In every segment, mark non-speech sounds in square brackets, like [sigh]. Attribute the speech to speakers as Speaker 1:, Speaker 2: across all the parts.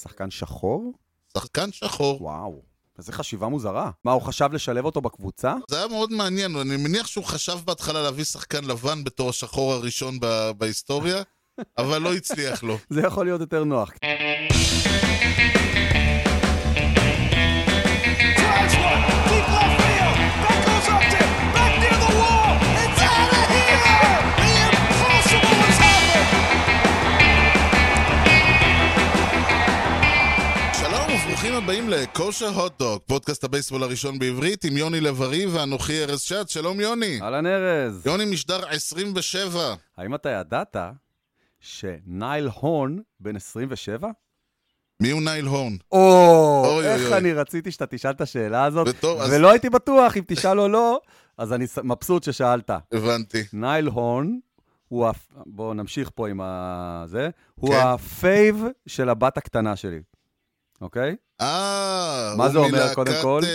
Speaker 1: שחקן שחור?
Speaker 2: שחקן שחור.
Speaker 1: וואו, איזה חשיבה מוזרה. מה, הוא חשב לשלב אותו בקבוצה?
Speaker 2: זה היה מאוד מעניין, אני מניח שהוא חשב בהתחלה להביא שחקן לבן בתור השחור הראשון ב- בהיסטוריה, אבל לא הצליח
Speaker 1: [laughs]
Speaker 2: לו.
Speaker 1: זה יכול להיות יותר נוח.
Speaker 2: כן.
Speaker 3: Drives one, deep left field. That goes up to, back near the wall. It's out of here! The impossible has happened!
Speaker 2: שלום וברוכים הבאים לכושר הוטדוק, פודקאסט הבייסבול הראשון בעברית עם יוני לב-ארי ואנוכי ארז שץ, שלום יוני.
Speaker 1: אהלן ארז,
Speaker 2: יוני משדר 27.
Speaker 1: האם אתה ידעת שנייל הון בן 27?
Speaker 2: מי הוא נייל הורן?
Speaker 1: או,
Speaker 2: אוי,
Speaker 1: איך
Speaker 2: אוי.
Speaker 1: אני רציתי שאתה תשאל את השאלה הזאת,
Speaker 2: וטוב, אז-
Speaker 1: ולא הייתי בטוח אם תשאל או לא, אז אני ס- מבסוט ששאלת.
Speaker 2: הבנתי.
Speaker 1: נייל הון, הוא ה... בואו נמשיך פה עם ה... זה, הוא
Speaker 2: כן.
Speaker 1: הפייב של הבת הקטנה שלי, אוקיי?
Speaker 2: אה,
Speaker 1: מה זה אומר, קודם כל?
Speaker 2: הוא
Speaker 1: כן,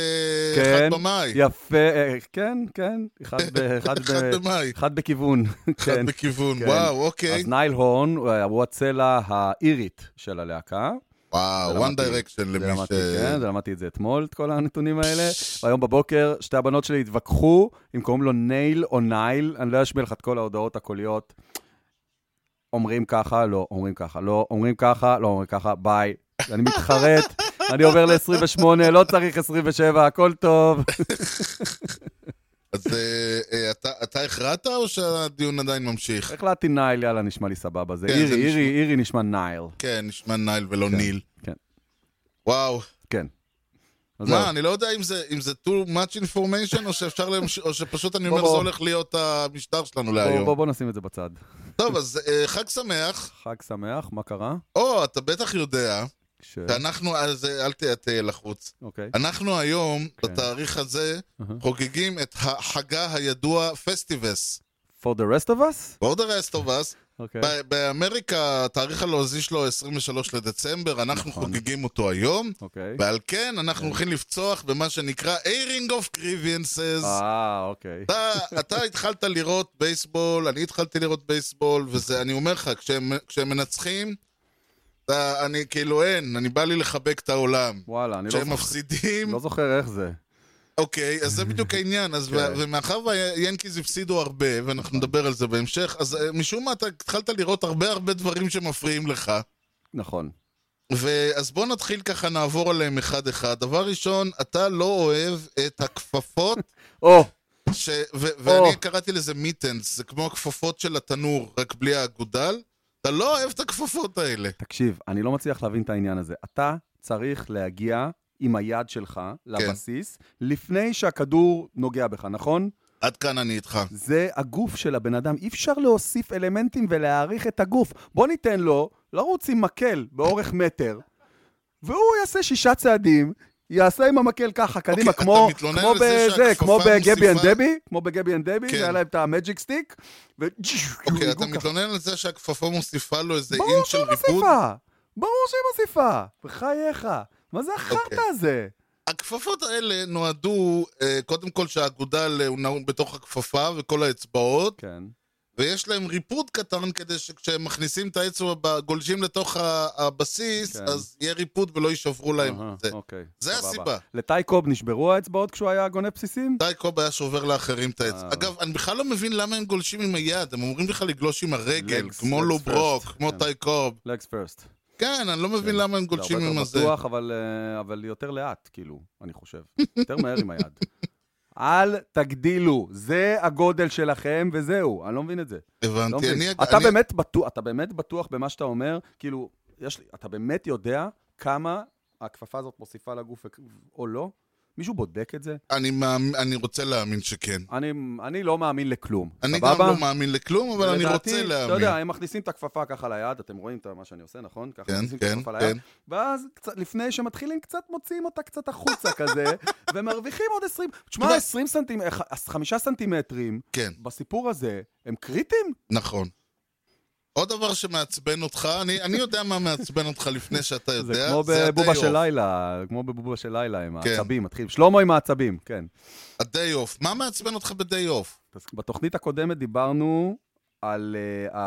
Speaker 2: מלהקת אה, אחד במאי.
Speaker 1: יפה, אה, כן, כן, אחד
Speaker 2: [laughs]
Speaker 1: ב- אחד
Speaker 2: אחד
Speaker 1: ב-
Speaker 2: במאי.
Speaker 1: אחד בכיוון,
Speaker 2: אחד
Speaker 1: כן.
Speaker 2: בכיוון,
Speaker 1: כן.
Speaker 2: וואו, אוקיי.
Speaker 1: אז נייל הורן הוא הוא הצלע האירית של הלהקה. זה
Speaker 2: וואו, one
Speaker 1: למדתי.
Speaker 2: direction
Speaker 1: זה
Speaker 2: למי ש...
Speaker 1: למדתי, כן, זה למדתי את זה אתמול, את כל הנתונים האלה. והיום בבוקר שתי הבנות שלי התווכחו אם קוראים לו נייל או נייל, אני לא אשמיע לך את כל ההודעות הקוליות. אומרים ככה, לא, אומרים ככה, לא, אומרים ככה, לא אומרים ככה, ביי. אני
Speaker 2: [laughs]
Speaker 1: מתחרט, אני עובר ל-28, לא צריך 27, הכל טוב.
Speaker 2: אז אה, אה, אתה- אתה הכרעת או שהדיון עדיין ממשיך?
Speaker 1: החלטתי נייל, יאללה, נשמע לי סבבה. זה
Speaker 2: כן, זה
Speaker 1: אירי,
Speaker 2: נשמע-
Speaker 1: אירי, אירי נשמע נייל.
Speaker 2: כן, נשמע נייל ולא
Speaker 1: כן,
Speaker 2: ניל.
Speaker 1: כן.
Speaker 2: וואו,
Speaker 1: כן. אז זהו.
Speaker 2: מה, אני לא יודע אם זה- אם זה too much information או שאפשר להמש- או שפשוט אני
Speaker 1: בוא,
Speaker 2: אומר זה
Speaker 1: בוא.
Speaker 2: הולך להיות המשטר שלנו
Speaker 1: בוא- בוא-
Speaker 2: להיום.
Speaker 1: בוא נשים את זה בצד.
Speaker 2: טוב, אז אה, חג שמח.
Speaker 1: חג שמח, מה קרה?
Speaker 2: או, אתה בטח יודע,
Speaker 1: ש...
Speaker 2: שאנחנו, אז אה, אל תהיה תהיה לחוץ.
Speaker 1: אוקיי.
Speaker 2: אנחנו היום,
Speaker 1: כן.
Speaker 2: בתאריך הזה,
Speaker 1: אהה.
Speaker 2: חוגגים את החגה הידוע פסטיבס.
Speaker 1: For the rest of us?
Speaker 2: For the rest of us,
Speaker 1: אוקיי.
Speaker 2: ב- באמריקה התאריך הלועזי שלו 23 לדצמבר, אנחנו
Speaker 1: נכון.
Speaker 2: חוגגים אותו היום,
Speaker 1: אוקיי.
Speaker 2: ועל כן אנחנו הולכים לפצוח במה שנקרא airing of grievances.
Speaker 1: אה, אוקיי.
Speaker 2: אתה, אתה התחלת לראות בייסבול, אני התחלתי לראות בייסבול, וזה, אני אומר לך, כשהם, כשהם מנצחים, אתה, אני כאילו אין, אני בא לי לחבק את העולם.
Speaker 1: וואלה, אני לא
Speaker 2: כשהם
Speaker 1: זוכ-
Speaker 2: מפסידים,
Speaker 1: לא זוכר איך זה.
Speaker 2: אוקיי, אז זה בדיוק העניין, אז
Speaker 1: כן. אה.
Speaker 2: ו- ומאחר והיאנקיז הפסידו הרבה, ואנחנו נדבר על זה בהמשך, אז אה, משום מה אתה התחלת לראות הרבה הרבה דברים שמפריעים לך,
Speaker 1: נכון.
Speaker 2: ואז בוא נתחיל ככה, נעבור עליהם אחד-אחד. דבר ראשון, אתה לא אוהב
Speaker 1: [laughs]
Speaker 2: את הכפפות,
Speaker 1: או,
Speaker 2: ש... ו-
Speaker 1: או.
Speaker 2: ואני קראתי לזה מיטנס, זה כמו הכפפות של התנור, רק בלי האגודל. אתה לא אוהב את הכפפות האלה.
Speaker 1: תקשיב, אני לא מצליח להבין את העניין הזה. אתה צריך להגיע עם היד שלך
Speaker 2: כן.
Speaker 1: לבסיס לפני שהכדור נוגע בך, נכון?
Speaker 2: עד כאן אני איתך.
Speaker 1: זה הגוף של הבן אדם. אי אפשר להוסיף אלמנטים ולהעריך את הגוף. בוא ניתן לו לרוץ עם מקל באורך מטר, והוא יעשה שישה צעדים, יעשה עם המקל ככה, קדימה,
Speaker 2: אוקיי, אתה
Speaker 1: כמו,
Speaker 2: מתלונן
Speaker 1: כמו
Speaker 2: על זה
Speaker 1: בזה,
Speaker 2: שהכפפה
Speaker 1: כמו בגבי אנד
Speaker 2: מוסיפה-
Speaker 1: דבי, כמו בגבי אנד דבי,
Speaker 2: כן.
Speaker 1: שהיה להם את המג'יק סטיק, ו...
Speaker 2: אוקיי, אתה
Speaker 1: ככה.
Speaker 2: מתלונן על זה שהכפפה מוסיפה לו איזה
Speaker 1: לא ברור
Speaker 2: אינץ' של
Speaker 1: שהיא לא
Speaker 2: ריקוד?
Speaker 1: מוסיפה! ברור שהיא מוסיפה! בחייך! מה זה החרטא
Speaker 2: אוקיי.
Speaker 1: הזה?
Speaker 2: הכפפות האלה נועדו, אה, קודם כל שהאגודל אה, הוא נעון בתוך הכפפה וכל האצבעות,
Speaker 1: כן.
Speaker 2: ויש להם ריפוד קטן כדי שכשהם מכניסים את האצבע, ב- גולשים לתוך ה- הבסיס,
Speaker 1: כן.
Speaker 2: אז יהיה ריפוד ולא יישברו להם
Speaker 1: אהה,
Speaker 2: את זה.
Speaker 1: אוקיי.
Speaker 2: זה
Speaker 1: סבבה.
Speaker 2: הסיבה.
Speaker 1: לטי קוב נשברו האצבעות כשהוא היה גונב בסיסים?
Speaker 2: די קוב היה שובר לאחרים את האצבע.
Speaker 1: אה.
Speaker 2: אגב, אני בכלל לא מבין למה הם גולשים עם היד, הם אומרים לך לגלוש עם הרגל,
Speaker 1: Legs-
Speaker 2: כמו
Speaker 1: legs
Speaker 2: לוברוק,
Speaker 1: first,
Speaker 2: כמו
Speaker 1: כן.
Speaker 2: די קוב.
Speaker 1: לגס פרסט.
Speaker 2: כן, אני לא מבין למה הם גולשים עם
Speaker 1: זה. הרבה
Speaker 2: הזה.
Speaker 1: יותר בטוח, אבל, אה, אבל יותר לאט, כאילו, אני חושב. יותר מהר עם היד. אל תגדילו, זה הגודל שלכם וזהו, אני לא מבין את זה. לא
Speaker 2: הבנתי.
Speaker 1: מבין.
Speaker 2: אני-
Speaker 1: אתה
Speaker 2: אני-
Speaker 1: באמת בטוח, אתה באמת בטוח במה שאתה אומר, כאילו, יש לי, אתה באמת יודע כמה הכפפה הזאת מוסיפה לגוף וכ- או לא? מישהו בודק את זה?
Speaker 2: אני מאמין- אני רוצה להאמין שכן.
Speaker 1: אני, אני לא מאמין לכלום,
Speaker 2: אני
Speaker 1: סבבה?
Speaker 2: גם לא מאמין לכלום, אבל אני
Speaker 1: ולדעתי,
Speaker 2: רוצה
Speaker 1: אתה
Speaker 2: להאמין.
Speaker 1: יודע, הם מכניסים את הכפפה ככה ליד, אתם רואים את מה שאני עושה, נכון? ככה
Speaker 2: כן,
Speaker 1: מכניסים את
Speaker 2: כן,
Speaker 1: הכפפה
Speaker 2: כן.
Speaker 1: ליד, ואז קצת, לפני שמתחילים, קצת מוציאים אותה קצת החוצה
Speaker 2: [laughs]
Speaker 1: כזה, ומרוויחים עוד 20, תשמע,
Speaker 2: תשמע-
Speaker 1: 20 סנטימטרים, 5 סנטימטרים,
Speaker 2: כן,
Speaker 1: בסיפור הזה, הם קריטיים?
Speaker 2: נכון. עוד דבר שמעצבן אותך, אני, אני יודע מה מעצבן אותך לפני שאתה
Speaker 1: [laughs] זה
Speaker 2: יודע,
Speaker 1: כמו בבובה
Speaker 2: ה-day
Speaker 1: של
Speaker 2: off.
Speaker 1: לילה, כמו בבובה של לילה עם
Speaker 2: כן.
Speaker 1: העצבים, מתחיל, שלמה עם העצבים, כן.
Speaker 2: ה-day off. מה מעצבן אותך ב-day off?
Speaker 1: אז בתוכנית הקודמת דיברנו על אה,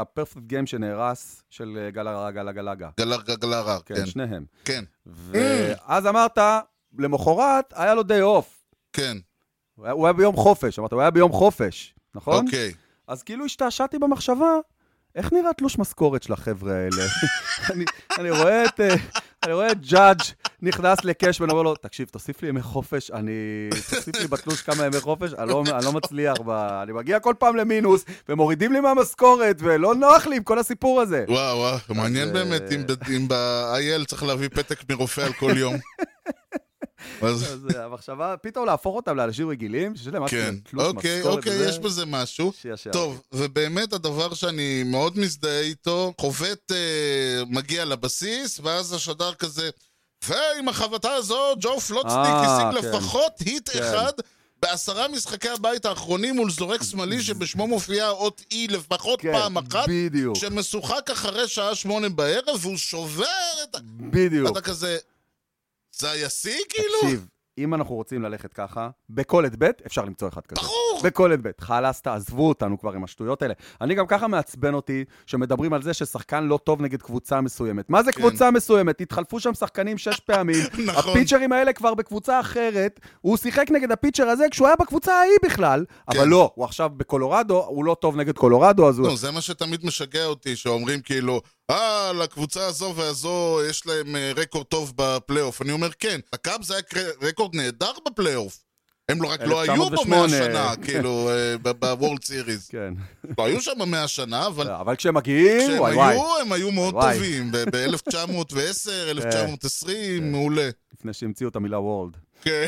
Speaker 1: ה-perfect game שנהרס של אה, גלגה, גלגה, גלגה.
Speaker 2: גלר גלר,
Speaker 1: כן,
Speaker 2: כן,
Speaker 1: שניהם.
Speaker 2: כן,
Speaker 1: ואז אמרת, למחרת היה לו day off.
Speaker 2: כן,
Speaker 1: הוא היה- הוא היה ביום חופש, אמרת, הוא היה ביום חופש, נכון?
Speaker 2: אוקיי.
Speaker 1: אז כאילו השתעשעתי במחשבה, איך נראה תלוש משכורת של החבר'ה האלה? [laughs] אני, אני רואה את... אה, אני רואה את ג'אדג' נכנס לקאש ואומר לו, תקשיב, תוסיף לי ימי חופש, אני... תוסיף לי בתלוש כמה ימי חופש, אני לא, אני לא מצליח, ב... אני מגיע כל פעם למינוס, ומורידים לי מהמשכורת, ולא נוח לי עם כל הסיפור הזה.
Speaker 2: וואו, וואו, מעניין
Speaker 1: אה,
Speaker 2: באמת אם ב- אם ב-IL צריך להביא פתק מרופא על
Speaker 1: [laughs]
Speaker 2: כל יום. אז
Speaker 1: אז אה, המחשבה, פתאום להפוך אותם לאנשים רגילים, שיש להם משהו
Speaker 2: כן,
Speaker 1: עם תלוש
Speaker 2: אוקיי,
Speaker 1: משכורת
Speaker 2: אוקיי,
Speaker 1: וזה,
Speaker 2: יש בזה משהו.
Speaker 1: שישע.
Speaker 2: טוב, ובאמת הדבר שאני מאוד מזדהה איתו, חובט אה, מגיע לבסיס, ואז השדר כזה, ועם החבטה הזו, ג'ו פלוצניק
Speaker 1: אה,
Speaker 2: השיג
Speaker 1: כן.
Speaker 2: לפחות היט
Speaker 1: כן.
Speaker 2: אחד בעשרה משחקי הבית האחרונים מול זורק שמאלי שבשמו מופיעה האות אי לפחות
Speaker 1: כן,
Speaker 2: פעם אחת,
Speaker 1: בדיוק,
Speaker 2: שמשוחק אחרי שעה שמונה בערב, והוא שובר את... ה-
Speaker 1: בדיוק.
Speaker 2: אתה כזה... זה היה שיא כאילו?
Speaker 1: תקשיב, אם אנחנו רוצים ללכת ככה, בכל את ב' אפשר למצוא אחד כזה.
Speaker 2: ברור!
Speaker 1: בכל את ב'. חלאס, תעזבו אותנו כבר עם השטויות האלה. אני גם ככה מעצבן אותי שמדברים על זה ששחקן לא טוב נגד קבוצה מסוימת. מה זה
Speaker 2: כן.
Speaker 1: קבוצה מסוימת? התחלפו שם שחקנים
Speaker 2: [laughs]
Speaker 1: שש פעמים.
Speaker 2: נכון.
Speaker 1: הפיצ'רים האלה כבר בקבוצה אחרת. הוא שיחק נגד הפיצ'ר הזה כשהוא היה בקבוצה ההיא בכלל.
Speaker 2: כן.
Speaker 1: אבל לא, הוא עכשיו בקולורדו, הוא לא טוב נגד קולורדו, אז הוא...
Speaker 2: נו, זה מה שתמיד משגע אותי, שאומרים כאילו, אה, לקבוצה הזו והזו יש להם אה, רקורד טוב בפלייאוף. אני אומר, כן, הקאבס היה קר- רקורד נהדר בפלייאוף. הם לא רק לא היו בו 100
Speaker 1: 1908.
Speaker 2: שנה, כאילו, אה, ב- בוורלד סיריס.
Speaker 1: כן.
Speaker 2: לא היו שם 100 שנה, אבל
Speaker 1: אבל כשהם מגיעים,
Speaker 2: כשהם
Speaker 1: וואי וואי.
Speaker 2: היו, הם היו מאוד
Speaker 1: וואי. כן.
Speaker 2: טובים. ב-1910, 1920, מעולה.
Speaker 1: לפני שהמציאו את המילה וורלד.
Speaker 2: כן.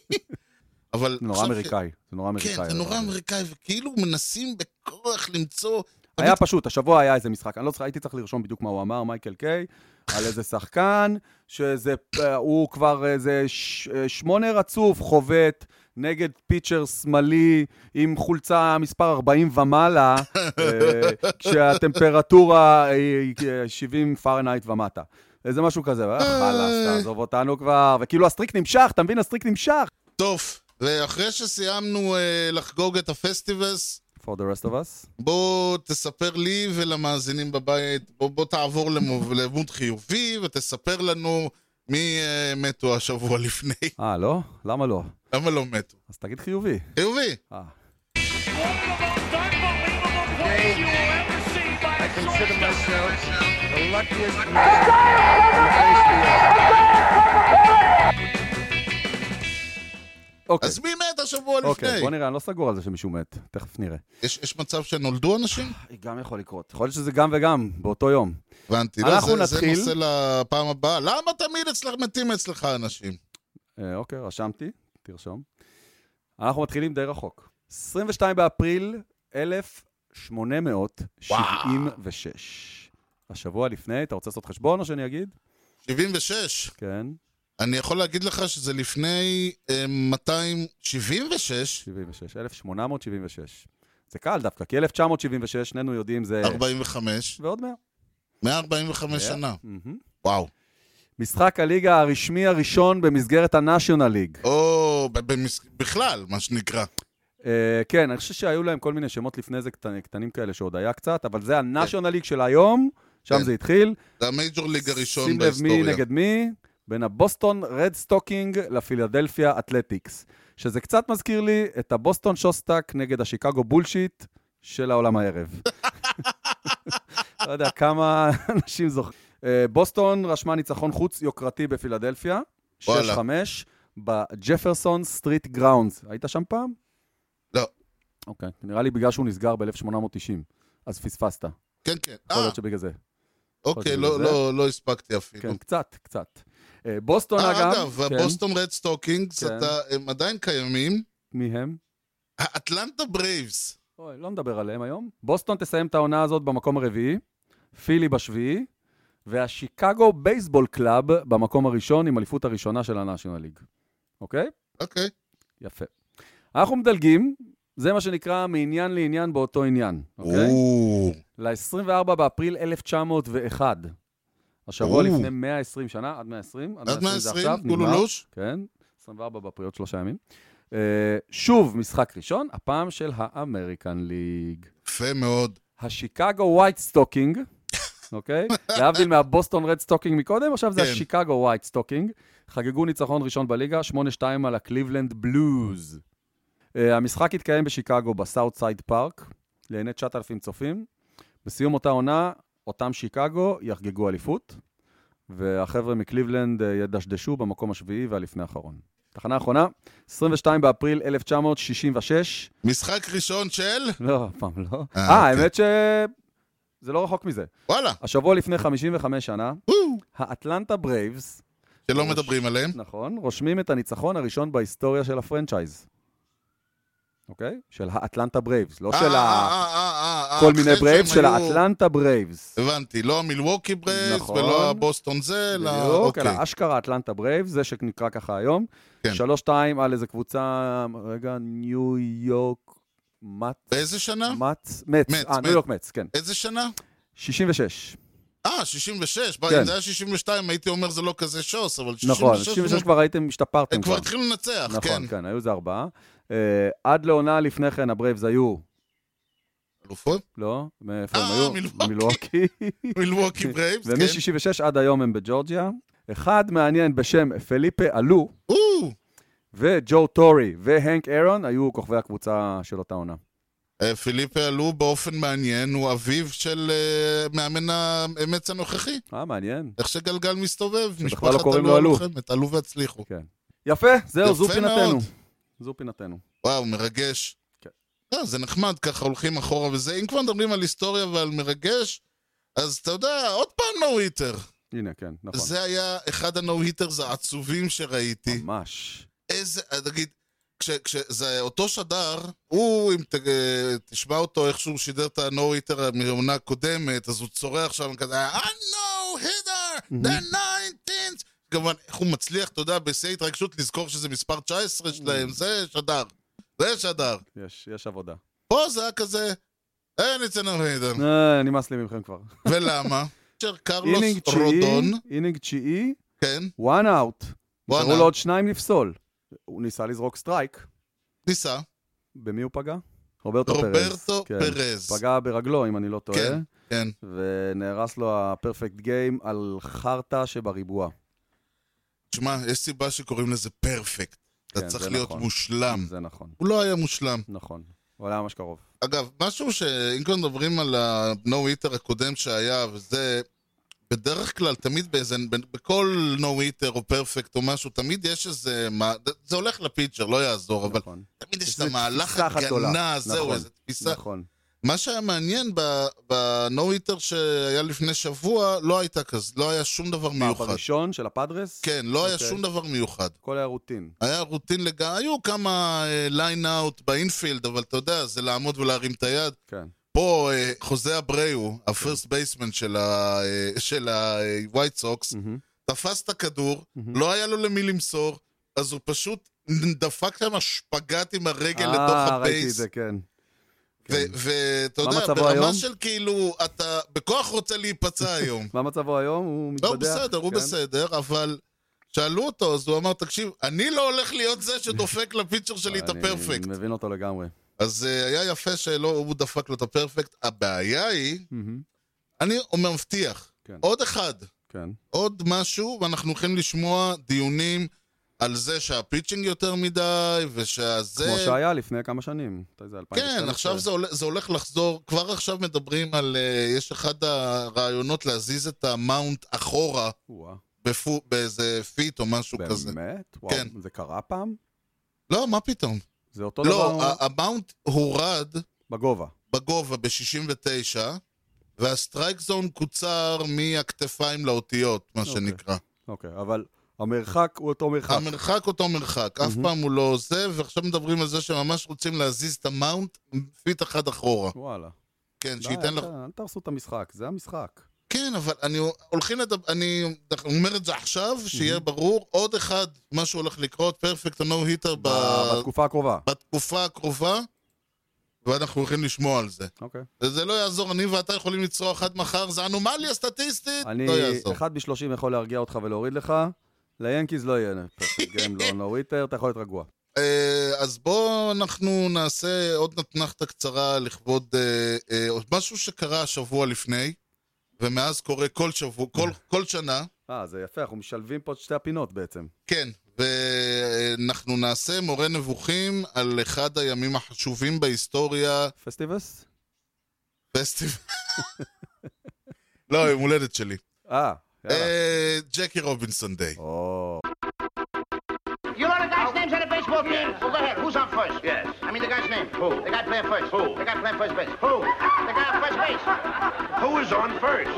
Speaker 2: [laughs] אבל...
Speaker 1: זה נורא
Speaker 2: עכשיו ש-
Speaker 1: אמריקאי. זה נורא אמריקאי.
Speaker 2: כן, זה
Speaker 1: הדבר
Speaker 2: נורא
Speaker 1: הזה.
Speaker 2: אמריקאי, וכאילו מנסים בכוח למצוא...
Speaker 1: היה פשוט, השבוע היה איזה משחק, אני לא צריך, הייתי צריך לרשום בדיוק מה הוא אמר, מייקל קיי, על איזה שחקן, שזה, אה, הוא כבר איזה ש, אה, שמונה רצוף חובט נגד פיצ'ר שמאלי עם חולצה מספר 40 ומעלה, [laughs] אה, כשהטמפרטורה היא אה, 70 פרנייט ומטה. איזה משהו כזה, אה, חלאס, תעזוב אותנו כבר, וכאילו הסטריק נמשך, אתה מבין? הסטריק נמשך.
Speaker 2: טוב, ואחרי שסיימנו אה, לחגוג את הפסטיבס,
Speaker 1: For the rest of us.
Speaker 2: בוא תספר לי ולמאזינים בבית, בוא, בוא תעבור למו- למוד חיובי ותספר לנו מי אה, מתו השבוע [laughs] לפני.
Speaker 1: אה, לא? למה לא?
Speaker 2: למה לא מתו?
Speaker 1: אז תגיד חיובי.
Speaker 2: חיובי.
Speaker 1: אה.
Speaker 3: One of the most unbelievable plays you will ever see by a
Speaker 4: consider
Speaker 3: shortstop.
Speaker 4: myself the luckiest man.
Speaker 1: אוקיי.
Speaker 2: אז מי מת השבוע
Speaker 1: אוקיי, בוא
Speaker 2: לפני?
Speaker 1: נראה, אני לא סגור על זה שמישהו מת, תכף נראה.
Speaker 2: יש, יש מצב שנולדו אנשים?
Speaker 1: אה, גם יכול לקרות. יכול להיות שזה גם וגם, באותו יום.
Speaker 2: הבנתי.
Speaker 1: אנחנו
Speaker 2: לא, זה,
Speaker 1: נתחיל.
Speaker 2: זה נושא לפעם הבאה. למה תמיד אצלך מתים אצלך אנשים?
Speaker 1: אה, אוקיי, רשמתי, תרשום. אנחנו מתחילים די רחוק. 22 באפריל 1876. השבוע לפני, אתה רוצה לעשות חשבון או שאני אגיד?
Speaker 2: 76.
Speaker 1: כן,
Speaker 2: אני יכול להגיד לך שזה לפני אה, 276,
Speaker 1: 76. 1876. זה קל דווקא, כי 1976, שנינו יודעים, זה...
Speaker 2: 45,
Speaker 1: ועוד 100.
Speaker 2: 145 שנה.
Speaker 1: מהמם.
Speaker 2: וואו.
Speaker 1: משחק הליגה הרשמי הראשון במסגרת ה-National League.
Speaker 2: או, ב- במס... בכלל, מה שנקרא.
Speaker 1: אה, כן, אני חושב שהיו להם כל מיני שמות לפני זה קטנ- קטנים כאלה שעוד היה קצת, אבל זה ה-National League של היום, שם
Speaker 2: כן.
Speaker 1: זה התחיל.
Speaker 2: זה המייג'ור ליג הראשון
Speaker 1: שים לב מי
Speaker 2: בהיסטוריה.
Speaker 1: נגד מי, בין הבוסטון רד סטוקינג לפילדלפיה אתלטיקס. שזה קצת מזכיר לי את הבוסטון שוסטק נגד השיקגו בולשיט של העולם הערב. [laughs] לא יודע כמה [laughs] אנשים זוכרים. אה, בוסטון רשמה ניצחון חוץ יוקרתי בפילדלפיה, 6-5,
Speaker 2: וואלה.
Speaker 1: בג'פרסון סטריט גראונדס. היית שם פעם?
Speaker 2: לא.
Speaker 1: אוקיי. נראה לי בגלל שהוא נסגר ב-1890, אז פספסת. יכול
Speaker 2: כן, כן. אה,
Speaker 1: להיות שבגלל זה.
Speaker 2: אוקיי,
Speaker 1: יכול להיות
Speaker 2: לא,
Speaker 1: שזה.
Speaker 2: לא, לא הספקתי אפילו.
Speaker 1: כן, קצת, קצת. אה, בוסטון
Speaker 2: אה,
Speaker 1: אגב,
Speaker 2: אגב,
Speaker 1: כן,
Speaker 2: הבוסטון רד סטוקינגס,
Speaker 1: כן.
Speaker 2: אתה- הם עדיין קיימים.
Speaker 1: מי הם?
Speaker 2: האטלנטה ברייבס.
Speaker 1: אוי, לא נדבר עליהם היום. בוסטון תסיים את העונה הזאת במקום הרביעי, פילי בשביעי, והשיקגו בייסבול קלאב במקום הראשון עם אליפות הראשונה של הנאשונל ליג. אוקיי?
Speaker 2: אוקיי.
Speaker 1: יפה. אנחנו מדלגים, זה מה שנקרא מעניין לעניין באותו עניין, אוקיי?
Speaker 2: או,
Speaker 1: ל-24 באפריל 1901. השבוע
Speaker 2: או.
Speaker 1: לפני 120 שנה, עד 120, עד
Speaker 2: עד
Speaker 1: 120 זה
Speaker 2: 120,
Speaker 1: עכשיו, נגמר.
Speaker 2: גולולוש.
Speaker 1: כן, 24 באפריל, עוד שלושה ימים. אה, שוב, משחק ראשון, הפעם של האמריקן ליג.
Speaker 2: יפה מאוד.
Speaker 1: השיקגו ווייט סטוקינג, אוקיי? להבדיל מהבוסטון רד סטוקינג מקודם, עכשיו זה
Speaker 2: כן.
Speaker 1: השיקגו ווייט סטוקינג. חגגו ניצחון ראשון בליגה, 8-2 על הקליבלנד בלוז. אה, המשחק התקיים בשיקגו, בסאוט סייד פארק, לעיני 9,000 צופים. בסיום אותה עונה, אותם שיקגו יחגגו אליפות, והחבר'ה מקליבלנד אה, ידשדשו במקום השביעי והלפני האחרון. תחנה אחרונה, 22 באפריל 1966,
Speaker 2: משחק ראשון של...
Speaker 1: לא, אף פעם לא.
Speaker 2: אה,
Speaker 1: אה,
Speaker 2: אוקיי.
Speaker 1: האמת ש... זה לא רחוק מזה.
Speaker 2: וואלה,
Speaker 1: השבוע לפני 55 שנה,
Speaker 2: וואו,
Speaker 1: האטלנטה ברייבס,
Speaker 2: שלא
Speaker 1: ראש.
Speaker 2: מדברים עליהם.
Speaker 1: נכון, רושמים את הניצחון הראשון בהיסטוריה של הפרנצ'ייז. אוקיי? של האטלנטה ברייבס, לא של
Speaker 2: אה,
Speaker 1: ה...
Speaker 2: אה, אה, אה, אה,
Speaker 1: כל
Speaker 2: אחרי
Speaker 1: מיני ברייבס,
Speaker 2: שהם
Speaker 1: של
Speaker 2: היו-
Speaker 1: האטלנטה ברייבס.
Speaker 2: הבנתי, לא המילווקי ברייבס,
Speaker 1: נכון.
Speaker 2: ולא הבוסטון זה, אלא...
Speaker 1: בדיוק, אלא
Speaker 2: אוקיי.
Speaker 1: אשכרה אטלנטה ברייבס, זה שנקרא ככה היום.
Speaker 2: כן.
Speaker 1: 3-2 על איזה קבוצה, רגע, ניו יורק... מאט...
Speaker 2: באיזה שנה?
Speaker 1: מאט... מאץ.
Speaker 2: מאץ,
Speaker 1: אה, ניו
Speaker 2: מאץ.
Speaker 1: יורק מאץ, כן.
Speaker 2: איזה שנה?
Speaker 1: 66.
Speaker 2: אה, 66. בא,
Speaker 1: כן.
Speaker 2: אם זה היה 62, הייתי אומר זה לא כזה שוס, אבל 66...
Speaker 1: נכון, 66 כבר הייתם, השתפרתם
Speaker 2: הם
Speaker 1: כבר.
Speaker 2: כבר התחילו לנצח, כן.
Speaker 1: נכון, כן, היו איזה ארבעה. אה, עד לעונה לפני כן הברייבס היו, [laughs]
Speaker 2: אלופות?
Speaker 1: לא? מאיפה הם
Speaker 2: אה,
Speaker 1: היו?
Speaker 2: מילווקי. [laughs]
Speaker 1: מילווקי.
Speaker 2: מילווקי ברייבס, כן.
Speaker 1: ומ-66 עד היום הם בג'ורג'יה. אחד מעניין בשם פליפה אלו,
Speaker 2: או,
Speaker 1: וג'ו טורי והנק אירון היו כוכבי הקבוצה של אותה עונה.
Speaker 2: אה, פיליפה אלו באופן מעניין, הוא אביו של אה, מאמן האמץ הנוכחי.
Speaker 1: אה, מעניין.
Speaker 2: איך שגלגל מסתובב,
Speaker 1: שבכלל
Speaker 2: משפחת
Speaker 1: לא קוראים
Speaker 2: אלו
Speaker 1: לו אלו.
Speaker 2: הלוחמת, עלו והצליחו.
Speaker 1: יפה, זהו,
Speaker 2: יפה
Speaker 1: זו פינתנו.
Speaker 2: מאוד.
Speaker 1: זו פינתנו.
Speaker 2: וואו, מרגש.
Speaker 1: כן.
Speaker 2: אה, זה נחמד, ככה הולכים אחורה וזה. אם כבר מדברים על היסטוריה ועל מרגש, אז אתה יודע, עוד פעם נו היטר.
Speaker 1: הנה, כן, נכון.
Speaker 2: זה היה אחד הנו היטרס העצובים שראיתי.
Speaker 1: ממש.
Speaker 2: איזה, אה, נגיד, כש, כשזה אותו שדר, הוא, אם ת, אה, תשמע אותו איך שהוא שידר את ה-No-Hitter מהעונה הקודמת, אז הוא צורח שם כזה, ה-No-Hitter,
Speaker 1: Mm-hmm.
Speaker 2: the 19th. כמובן, איך הוא מצליח, אתה יודע, בשיא ההתרגשות לזכור שזה מספר 19 שלהם,
Speaker 1: Mm.
Speaker 2: זה שדר, זה שדר.
Speaker 1: יש, יש עבודה.
Speaker 2: פה זה היה כזה, אין
Speaker 1: [laughs]
Speaker 2: את ה-No-Hitter.
Speaker 1: אה, נמאס לי מכם כבר.
Speaker 2: ולמה? אשר קרלוס
Speaker 1: אינינג תשיעי,
Speaker 2: רודון,
Speaker 1: אינינג תשיעי,
Speaker 2: כן,
Speaker 1: one out.
Speaker 2: וואנה,
Speaker 1: נשארו לו עוד שניים לפסול. הוא ניסה לזרוק סטרייק.
Speaker 2: ניסה,
Speaker 1: במי הוא פגע? רוברטו פרז.
Speaker 2: רוברטו
Speaker 1: כן.
Speaker 2: פרז.
Speaker 1: פגע ברגלו, אם אני לא טועה.
Speaker 2: כן. כן.
Speaker 1: ונהרס לו הפרפקט גיים על חרטא שבריבוע.
Speaker 2: תשמע, יש סיבה שקוראים לזה פרפקט.
Speaker 1: כן,
Speaker 2: אתה צריך
Speaker 1: זה
Speaker 2: להיות
Speaker 1: נכון.
Speaker 2: מושלם.
Speaker 1: זה נכון,
Speaker 2: הוא לא היה מושלם.
Speaker 1: נכון. הוא היה ממש קרוב.
Speaker 2: אגב, משהו שאם כבר מדברים על ה-No Eater הקודם שהיה, וזה... בדרך כלל, תמיד באיזה... ב- בכל No Eater או פרפקט או משהו, תמיד יש איזה... מה- זה הולך לפיצ'ר, לא יעזור, אבל
Speaker 1: נכון,
Speaker 2: תמיד יש את
Speaker 1: איזה
Speaker 2: המהלך
Speaker 1: תפיסה אחת
Speaker 2: הגנה,
Speaker 1: עולה.
Speaker 2: זהו,
Speaker 1: נכון,
Speaker 2: איזה תפיסה.
Speaker 1: נכון.
Speaker 2: מה שהיה מעניין ב-No Eater שהיה לפני שבוע, לא הייתה כזה, לא היה שום דבר
Speaker 1: מה,
Speaker 2: מיוחד.
Speaker 1: בראשון של הפאדרס?
Speaker 2: כן, לא היה
Speaker 1: אוקיי.
Speaker 2: שום דבר מיוחד.
Speaker 1: הכל היה רוטין.
Speaker 2: היה רוטין לגמרי, היו כמה אה, ליין אאוט באינפילד, אבל אתה יודע, זה לעמוד ולהרים את היד.
Speaker 1: כן.
Speaker 2: פה אה, חוזה אבריו, הפרסט בייסמן של אה, ה-white סוקס,
Speaker 1: מהמם.
Speaker 2: תפס את הכדור,
Speaker 1: מהמם.
Speaker 2: לא היה לו למי למסור, אז הוא פשוט דפק שם שפגאט עם הרגל לתוך
Speaker 1: אה, ראיתי את
Speaker 2: הבייס.
Speaker 1: זה, כן. כן.
Speaker 2: ואתה
Speaker 1: מה
Speaker 2: יודע,
Speaker 1: מצבו
Speaker 2: ברמה
Speaker 1: היום?
Speaker 2: של כאילו, אתה בכוח רוצה להיפצע היום.
Speaker 1: מה מצבו היום? הוא מתבדח?
Speaker 2: לא, הוא בסדר, הוא
Speaker 1: כן?
Speaker 2: בסדר, אבל... שאלו אותו, אז הוא אמר, תקשיב, אני לא הולך להיות זה שדופק לפיצ'ר שלי את הפרפקט.
Speaker 1: אה, אני מבין אותו לגמרי.
Speaker 2: אז אה, היה יפה שלא, הוא דפק לו את הפרפקט. הבעיה היא,
Speaker 1: מהמם.
Speaker 2: אני אומר, מבטיח,
Speaker 1: כן.
Speaker 2: עוד אחד,
Speaker 1: כן.
Speaker 2: עוד משהו, ואנחנו הולכים לשמוע דיונים על זה שהפיצ'ינג יותר מדי, ושהזה...
Speaker 1: כמו שהיה לפני כמה שנים. מתי זה? 2012?
Speaker 2: כן, עכשיו זה הולך, זה הולך לחזור, כבר עכשיו מדברים על, אה, יש אחד הרעיונות להזיז את המאונט אחורה
Speaker 1: וואו,
Speaker 2: בפו, באיזה פיט או משהו כזה.
Speaker 1: באמת? וואו,
Speaker 2: כן.
Speaker 1: זה קרה פעם?
Speaker 2: לא, מה פתאום?
Speaker 1: זה אותו
Speaker 2: לא,
Speaker 1: דבר
Speaker 2: ה- המאונט הורד
Speaker 1: בגובה.
Speaker 2: בגובה ב-69, והסטרייק זון קוצר מהכתפיים לאותיות, מה
Speaker 1: אוקיי.
Speaker 2: שנקרא.
Speaker 1: אוקיי, אבל המרחק הוא אותו מרחק.
Speaker 2: המרחק אותו מרחק, אף
Speaker 1: מהמם.
Speaker 2: פעם הוא לא עוזב, ועכשיו מדברים על זה שממש רוצים להזיז את המאונט פיט אחד אחורה.
Speaker 1: וואלה.
Speaker 2: כן,
Speaker 1: די,
Speaker 2: שייתן
Speaker 1: אל
Speaker 2: לך...
Speaker 1: ת- אל תהרסו את המשחק, זה המשחק.
Speaker 2: כן, אבל אני הולכים לדבר... אני אומר את זה עכשיו, שיהיה
Speaker 1: מהמם.
Speaker 2: ברור. עוד אחד, משהו הולך לקרות, פרפקט או נו היטר
Speaker 1: ב- בתקופה הקרובה.
Speaker 2: בתקופה הקרובה, ואנחנו הולכים לשמוע על זה.
Speaker 1: אוקיי.
Speaker 2: זה לא יעזור, אני ואתה יכולים לצרוח עד מחר, זה אנומליה סטטיסטית,
Speaker 1: אני,
Speaker 2: לא יעזור.
Speaker 1: אחד בשלושים יכול להרגיע אותך ולהוריד לך, ליאנקיז לא יהיה פרפקט גיים, לא נו וויטר, אתה יכול להיות רגוע.
Speaker 2: אה, אז בואו אנחנו נעשה עוד נתנחתה קצרה לכבוד אה, אה, עוד משהו שקרה השבוע לפני, ומאז קורה כל שבוע, כל, כל שנה.
Speaker 1: אה, זה יפה, אנחנו משלבים פה את שתי הפינות בעצם.
Speaker 2: כן, ואנחנו נעשה מורה נבוכים על אחד הימים החשובים בהיסטוריה,
Speaker 1: פסטיבס?
Speaker 2: פסטיבל. [laughs] לא, יום הולדת שלי.
Speaker 1: אה, יאללה.
Speaker 2: אה, ג'קי רובינסון דיי.
Speaker 1: או,
Speaker 5: You know the guy's names on the baseball team? Well, go ahead. Who's on first? Yes. I mean the guy's name. Who? The guy playing first. Who? The guy playing first base. Who? The guy on first base.
Speaker 4: Who is on first?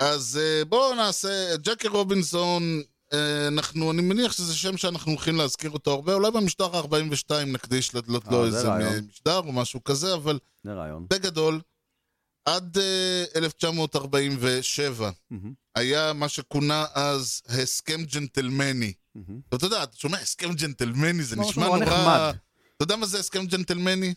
Speaker 2: אז אה, בואו נעשה, ג'קי רובינסון, אה, אנחנו, אני מניח שזה שם שאנחנו הולכים להזכיר אותו הרבה, אולי במשטר ה-42 נקדיש לו- לו לו
Speaker 1: אה, זה
Speaker 2: איזה
Speaker 1: רעיון.
Speaker 2: מ- משדר או משהו כזה, אבל
Speaker 1: זה רעיון.
Speaker 2: בגדול, עד אה, 1947
Speaker 1: מהמם,
Speaker 2: היה מה שכונה אז הסכם ג'נטלמני.
Speaker 1: מהמם.
Speaker 2: ואתה יודע, אתה שומע הסכם ג'נטלמני, זה
Speaker 1: ממש
Speaker 2: נשמע
Speaker 1: לא, נורא
Speaker 2: נורא...
Speaker 1: נחמד.
Speaker 2: אתה יודע מה זה הסכם ג'נטלמני?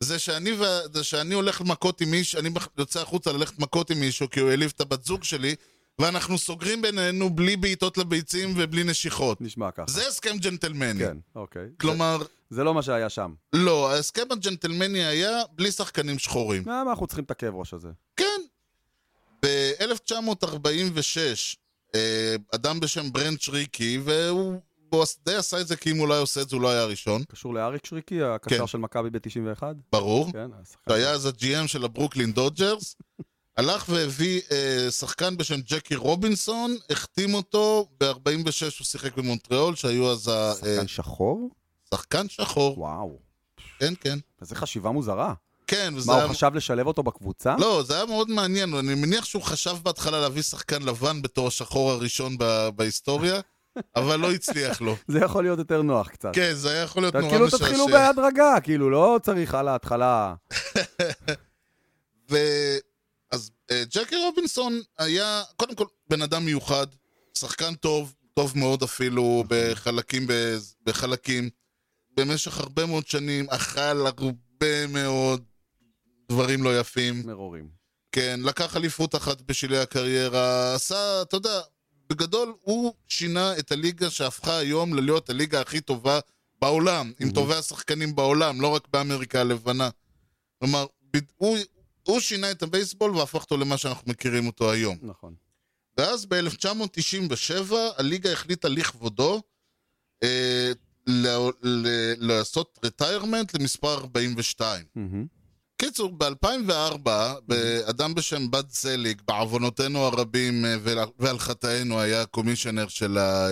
Speaker 2: זה שאני, ו... זה שאני הולך מכות עם מישהו, אני מח- יוצא החוצה ללכת מכות עם מישהו כי הוא העליב את הבת זוג שלי, ואנחנו סוגרים בינינו בלי בעיטות לביצים ובלי נשיכות.
Speaker 1: נשמע ככה.
Speaker 2: זה הסכם ג'נטלמני.
Speaker 1: נכון. כן, אוקיי.
Speaker 2: כלומר,
Speaker 1: זה לא מה שהיה שם.
Speaker 2: לא, ההסכם הג'נטלמני היה בלי שחקנים שחורים.
Speaker 1: למה אה, אנחנו צריכים את הכאב ראש הזה?
Speaker 2: כן. ב-1946, אה, אדם בשם ברנד שריקי, והוא הוא די עשה את זה כי אם הוא לא היה עושה את זה, הוא לא היה הראשון,
Speaker 1: קשור לאריק שריקי,
Speaker 2: כן.
Speaker 1: הקשר של מכבי ב-91?
Speaker 2: ברור.
Speaker 1: כן, השחקן.
Speaker 2: שהיה אז הג'י.אם של הברוקלין
Speaker 1: [laughs]
Speaker 2: דודג'רס, הלך והביא אה, שחקן בשם ג'קי רובינסון, החתים אותו, ב-46 הוא שיחק במונטריאול, שהיו אז ה- אה,
Speaker 1: שחקן שחור?
Speaker 2: שחקן שחור,
Speaker 1: וואו.
Speaker 2: כן, כן.
Speaker 1: איזה חשיבה מוזרה.
Speaker 2: כן, וזה
Speaker 1: מה,
Speaker 2: היה...
Speaker 1: הוא חשב לשלב אותו בקבוצה?
Speaker 2: לא, זה היה מאוד מעניין, אני מניח שהוא חשב בהתחלה להביא שחקן לבן בתור השחור הראשון ב-
Speaker 1: [laughs]
Speaker 2: בהיסטוריה, אבל לא הצליח לו.
Speaker 1: זה יכול להיות יותר נוח קצת.
Speaker 2: כן, זה היה יכול להיות
Speaker 1: אתה
Speaker 2: נורא
Speaker 1: כאילו
Speaker 2: משעשע.
Speaker 1: תתחילו בהדרגה, כאילו, לא צריך על ההתחלה.
Speaker 2: ו... אז אה, ג'קי רובינסון היה, קודם כל, בן אדם מיוחד, שחקן טוב, טוב מאוד אפילו, בחלקים, בז- בחלקים. במשך הרבה מאוד שנים אכל הרבה מאוד דברים לא יפים.
Speaker 1: מרורים.
Speaker 2: כן, לקח אליפות אחת בשלהי הקריירה, עשה, אתה יודע, בגדול הוא שינה את הליגה שהפכה היום ללהיות הליגה הכי טובה בעולם, עם טובי השחקנים בעולם, לא רק באמריקה הלבנה. כלומר, ב- הוא, הוא שינה את הבייסבול והפך אותו למה שאנחנו מכירים אותו היום.
Speaker 1: נכון.
Speaker 2: ואז ב-1997 הליגה החליטה לכבודו אה, ל- ל- לעשות רטיירמנט למספר 42.
Speaker 1: מהמם.
Speaker 2: קיצור, ב-2004, אדם בשם בד סליג, בעוונותינו הרבים אה, ועל- ועל חטאינו, היה הקומישיונר של אה,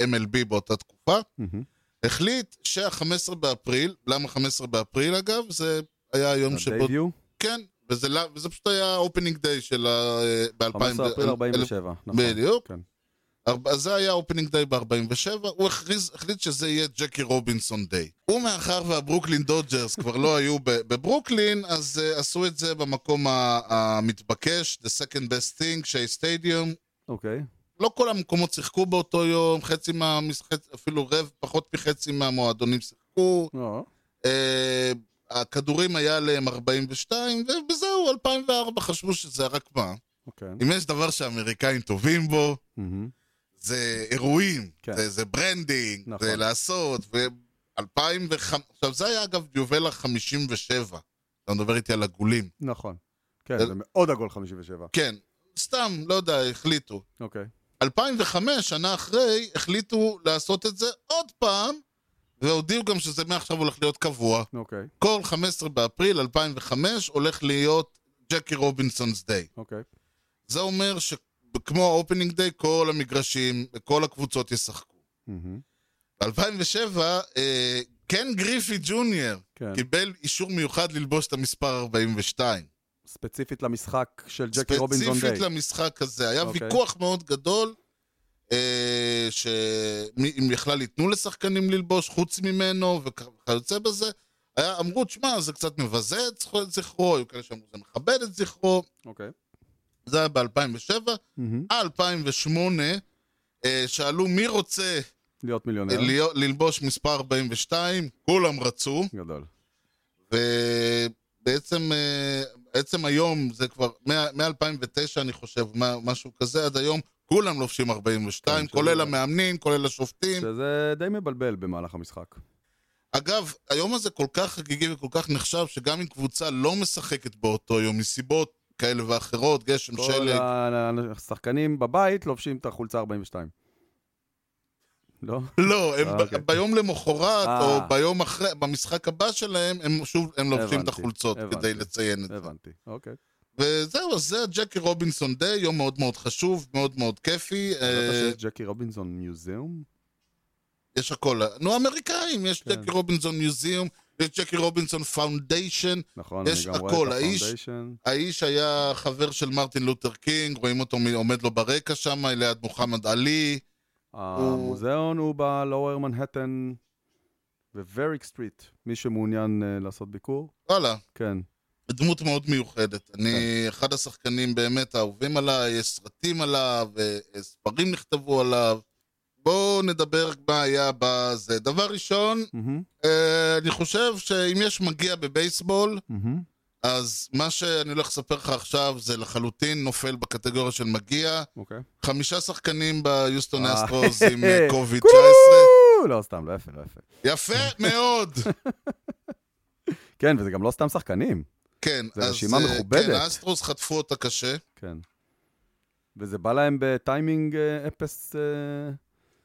Speaker 2: ה-MLB באותה תקופה,
Speaker 1: מהמם.
Speaker 2: החליט שה-15 באפריל, למה 15 באפריל אגב? זה היה היום שבו...
Speaker 1: הדייביו,
Speaker 2: כן, וזה, לא- וזה פשוט היה אופנינג דיי של ה... אה, ב-2000...
Speaker 1: 15 אפריל 47. נכון.
Speaker 2: בדיוק.
Speaker 1: כן.
Speaker 2: ארבע- אז זה היה אופנינג דיי ב-47, הוא הכריז, החליט שזה יהיה ג'קי רובינסון דיי. ומאחר והברוקלין דודג'רס כבר לא היו ב- בברוקלין, אז uh, עשו את זה במקום ה- המתבקש, The Second Best Thing, שי סטדיום.
Speaker 1: אוקיי.
Speaker 2: לא כל המקומות שיחקו באותו יום, חצי מהמשחק, אפילו רב, פחות מחצי מהמועדונים שיחקו.
Speaker 1: לא.
Speaker 2: Uh, הכדורים היה עליהם 42, ובזהו, 2004 חשבו שזה רק מה.
Speaker 1: אוקיי.
Speaker 2: אם יש דבר שהאמריקאים טובים בו,
Speaker 1: מהמם.
Speaker 2: זה אירועים,
Speaker 1: כן.
Speaker 2: זה, זה ברנדינג,
Speaker 1: נכון.
Speaker 2: זה לעשות, ו-2005, עכשיו זה היה אגב יובל ה-57, אתה מדבר איתי על עגולים.
Speaker 1: נכון. כן,
Speaker 2: אל-
Speaker 1: זה מאוד עגול 57.
Speaker 2: כן, סתם, לא יודע, החליטו.
Speaker 1: אוקיי.
Speaker 2: 2005, שנה אחרי, החליטו לעשות את זה עוד פעם, והודיעו גם שזה מעכשיו הולך להיות קבוע.
Speaker 1: אוקיי.
Speaker 2: כל 15 באפריל 2005 הולך להיות ג'קי רובינסונס דיי.
Speaker 1: אוקיי.
Speaker 2: זה אומר שכמו האופנינג דיי, כל המגרשים, כל הקבוצות ישחקו.
Speaker 1: מהמם.
Speaker 2: ב-2007, אה, קן גריפי ג'וניור
Speaker 1: כן.
Speaker 2: קיבל אישור מיוחד ללבוש את המספר 42.
Speaker 1: ספציפית למשחק של ג'קי רובינסון
Speaker 2: ספציפית
Speaker 1: דיי.
Speaker 2: למשחק הזה. היה
Speaker 1: אוקיי.
Speaker 2: ויכוח מאוד גדול, אה, שאם בכלל ייתנו לשחקנים ללבוש חוץ ממנו וכיוצא בזה. היה, אמרו, תשמע, זה קצת מבזה את זכרו- את זכרו, היו כאלה שאמרו, זה מכבד את זכרו.
Speaker 1: אוקיי.
Speaker 2: זה היה ב-2007.
Speaker 1: מהמם.
Speaker 2: 2008, אה, שאלו מי רוצה
Speaker 1: להיות מיליונר.
Speaker 2: להיות- ללבוש מספר 42, כולם רצו,
Speaker 1: גדול.
Speaker 2: ובעצם אה, בעצם היום זה כבר, מ-2009 אני חושב, מה- משהו כזה, עד היום כולם לובשים 42,
Speaker 1: כן, שזה-
Speaker 2: כולל המאמנים, כולל השופטים,
Speaker 1: שזה די מבלבל במהלך המשחק.
Speaker 2: אגב, היום הזה כל כך חגיגי וכל כך נחשב, שגם אם קבוצה לא משחקת באותו יום, מסיבות כאלה ואחרות, גשם,
Speaker 1: כל
Speaker 2: שלג,
Speaker 1: ה- השחקנים בבית לובשים את החולצה 42.
Speaker 2: [laughs]
Speaker 1: לא?
Speaker 2: לא, הם
Speaker 1: אה,
Speaker 2: ב-
Speaker 1: אוקיי.
Speaker 2: ביום למחרת,
Speaker 1: אה.
Speaker 2: או ביום אחרי, במשחק הבא שלהם, הם שוב, הם לובשים את
Speaker 1: הבנתי,
Speaker 2: החולצות
Speaker 1: הבנתי.
Speaker 2: כדי לציין את זה.
Speaker 1: הבנתי, אוקיי.
Speaker 2: וזהו, אז זה הג'קיrobinsון דיי, יום מאוד מאוד חשוב, מאוד מאוד כיפי.
Speaker 1: ידעת
Speaker 2: אה,
Speaker 1: שיש ג'קי רובינזון מיוזיאום?
Speaker 2: יש הכל. נו, אמריקאים, יש
Speaker 1: כן.
Speaker 2: ג'קי רובינסון מיוזיאום, יש ג'קי רובינסון פאונדיישן.
Speaker 1: נכון, אני
Speaker 2: יש
Speaker 1: גם רואה
Speaker 2: הכל,
Speaker 1: את
Speaker 2: האיש-
Speaker 1: הפאונדיישן.
Speaker 2: האיש היה חבר של מרטין לותר קינג, רואים אותו מ- עומד לו ברקע שם, ליד מוחמד עלי.
Speaker 1: המוזיאון הוא בלואוור מנהטן ווריק סטריט, מי שמעוניין אה, לעשות ביקור.
Speaker 2: וואלה,
Speaker 1: כן,
Speaker 2: דמות מאוד מיוחדת. אני אחד השחקנים באמת האהובים עליי, יש סרטים עליו, אה, ספרים נכתבו עליו. בואו נדבר מה היה בזה. דבר ראשון,
Speaker 1: מהמם,
Speaker 2: אה, אני חושב שאם יש מגיע בבייסבול,
Speaker 1: מהמם,
Speaker 2: אז מה שאני הולך לספר לך עכשיו זה לחלוטין נופל בקטגוריה של מגיע.
Speaker 1: אוקיי.
Speaker 2: חמישה שחקנים ביוסטון
Speaker 1: אה.
Speaker 2: אסטרוס עם אה,
Speaker 1: [laughs]
Speaker 2: קוביד 19.
Speaker 1: קורו! לא, סתם, לא יפה, לא יפה.
Speaker 2: יפה מאוד!
Speaker 1: כן, וזה גם לא סתם שחקנים.
Speaker 2: כן,
Speaker 1: זו
Speaker 2: אז,
Speaker 1: רשימה
Speaker 2: אה,
Speaker 1: מכובדת.
Speaker 2: כן, האסטרוס חטפו אותה קשה.
Speaker 1: כן. וזה בא להם בטיימינג אה, אפס... אה,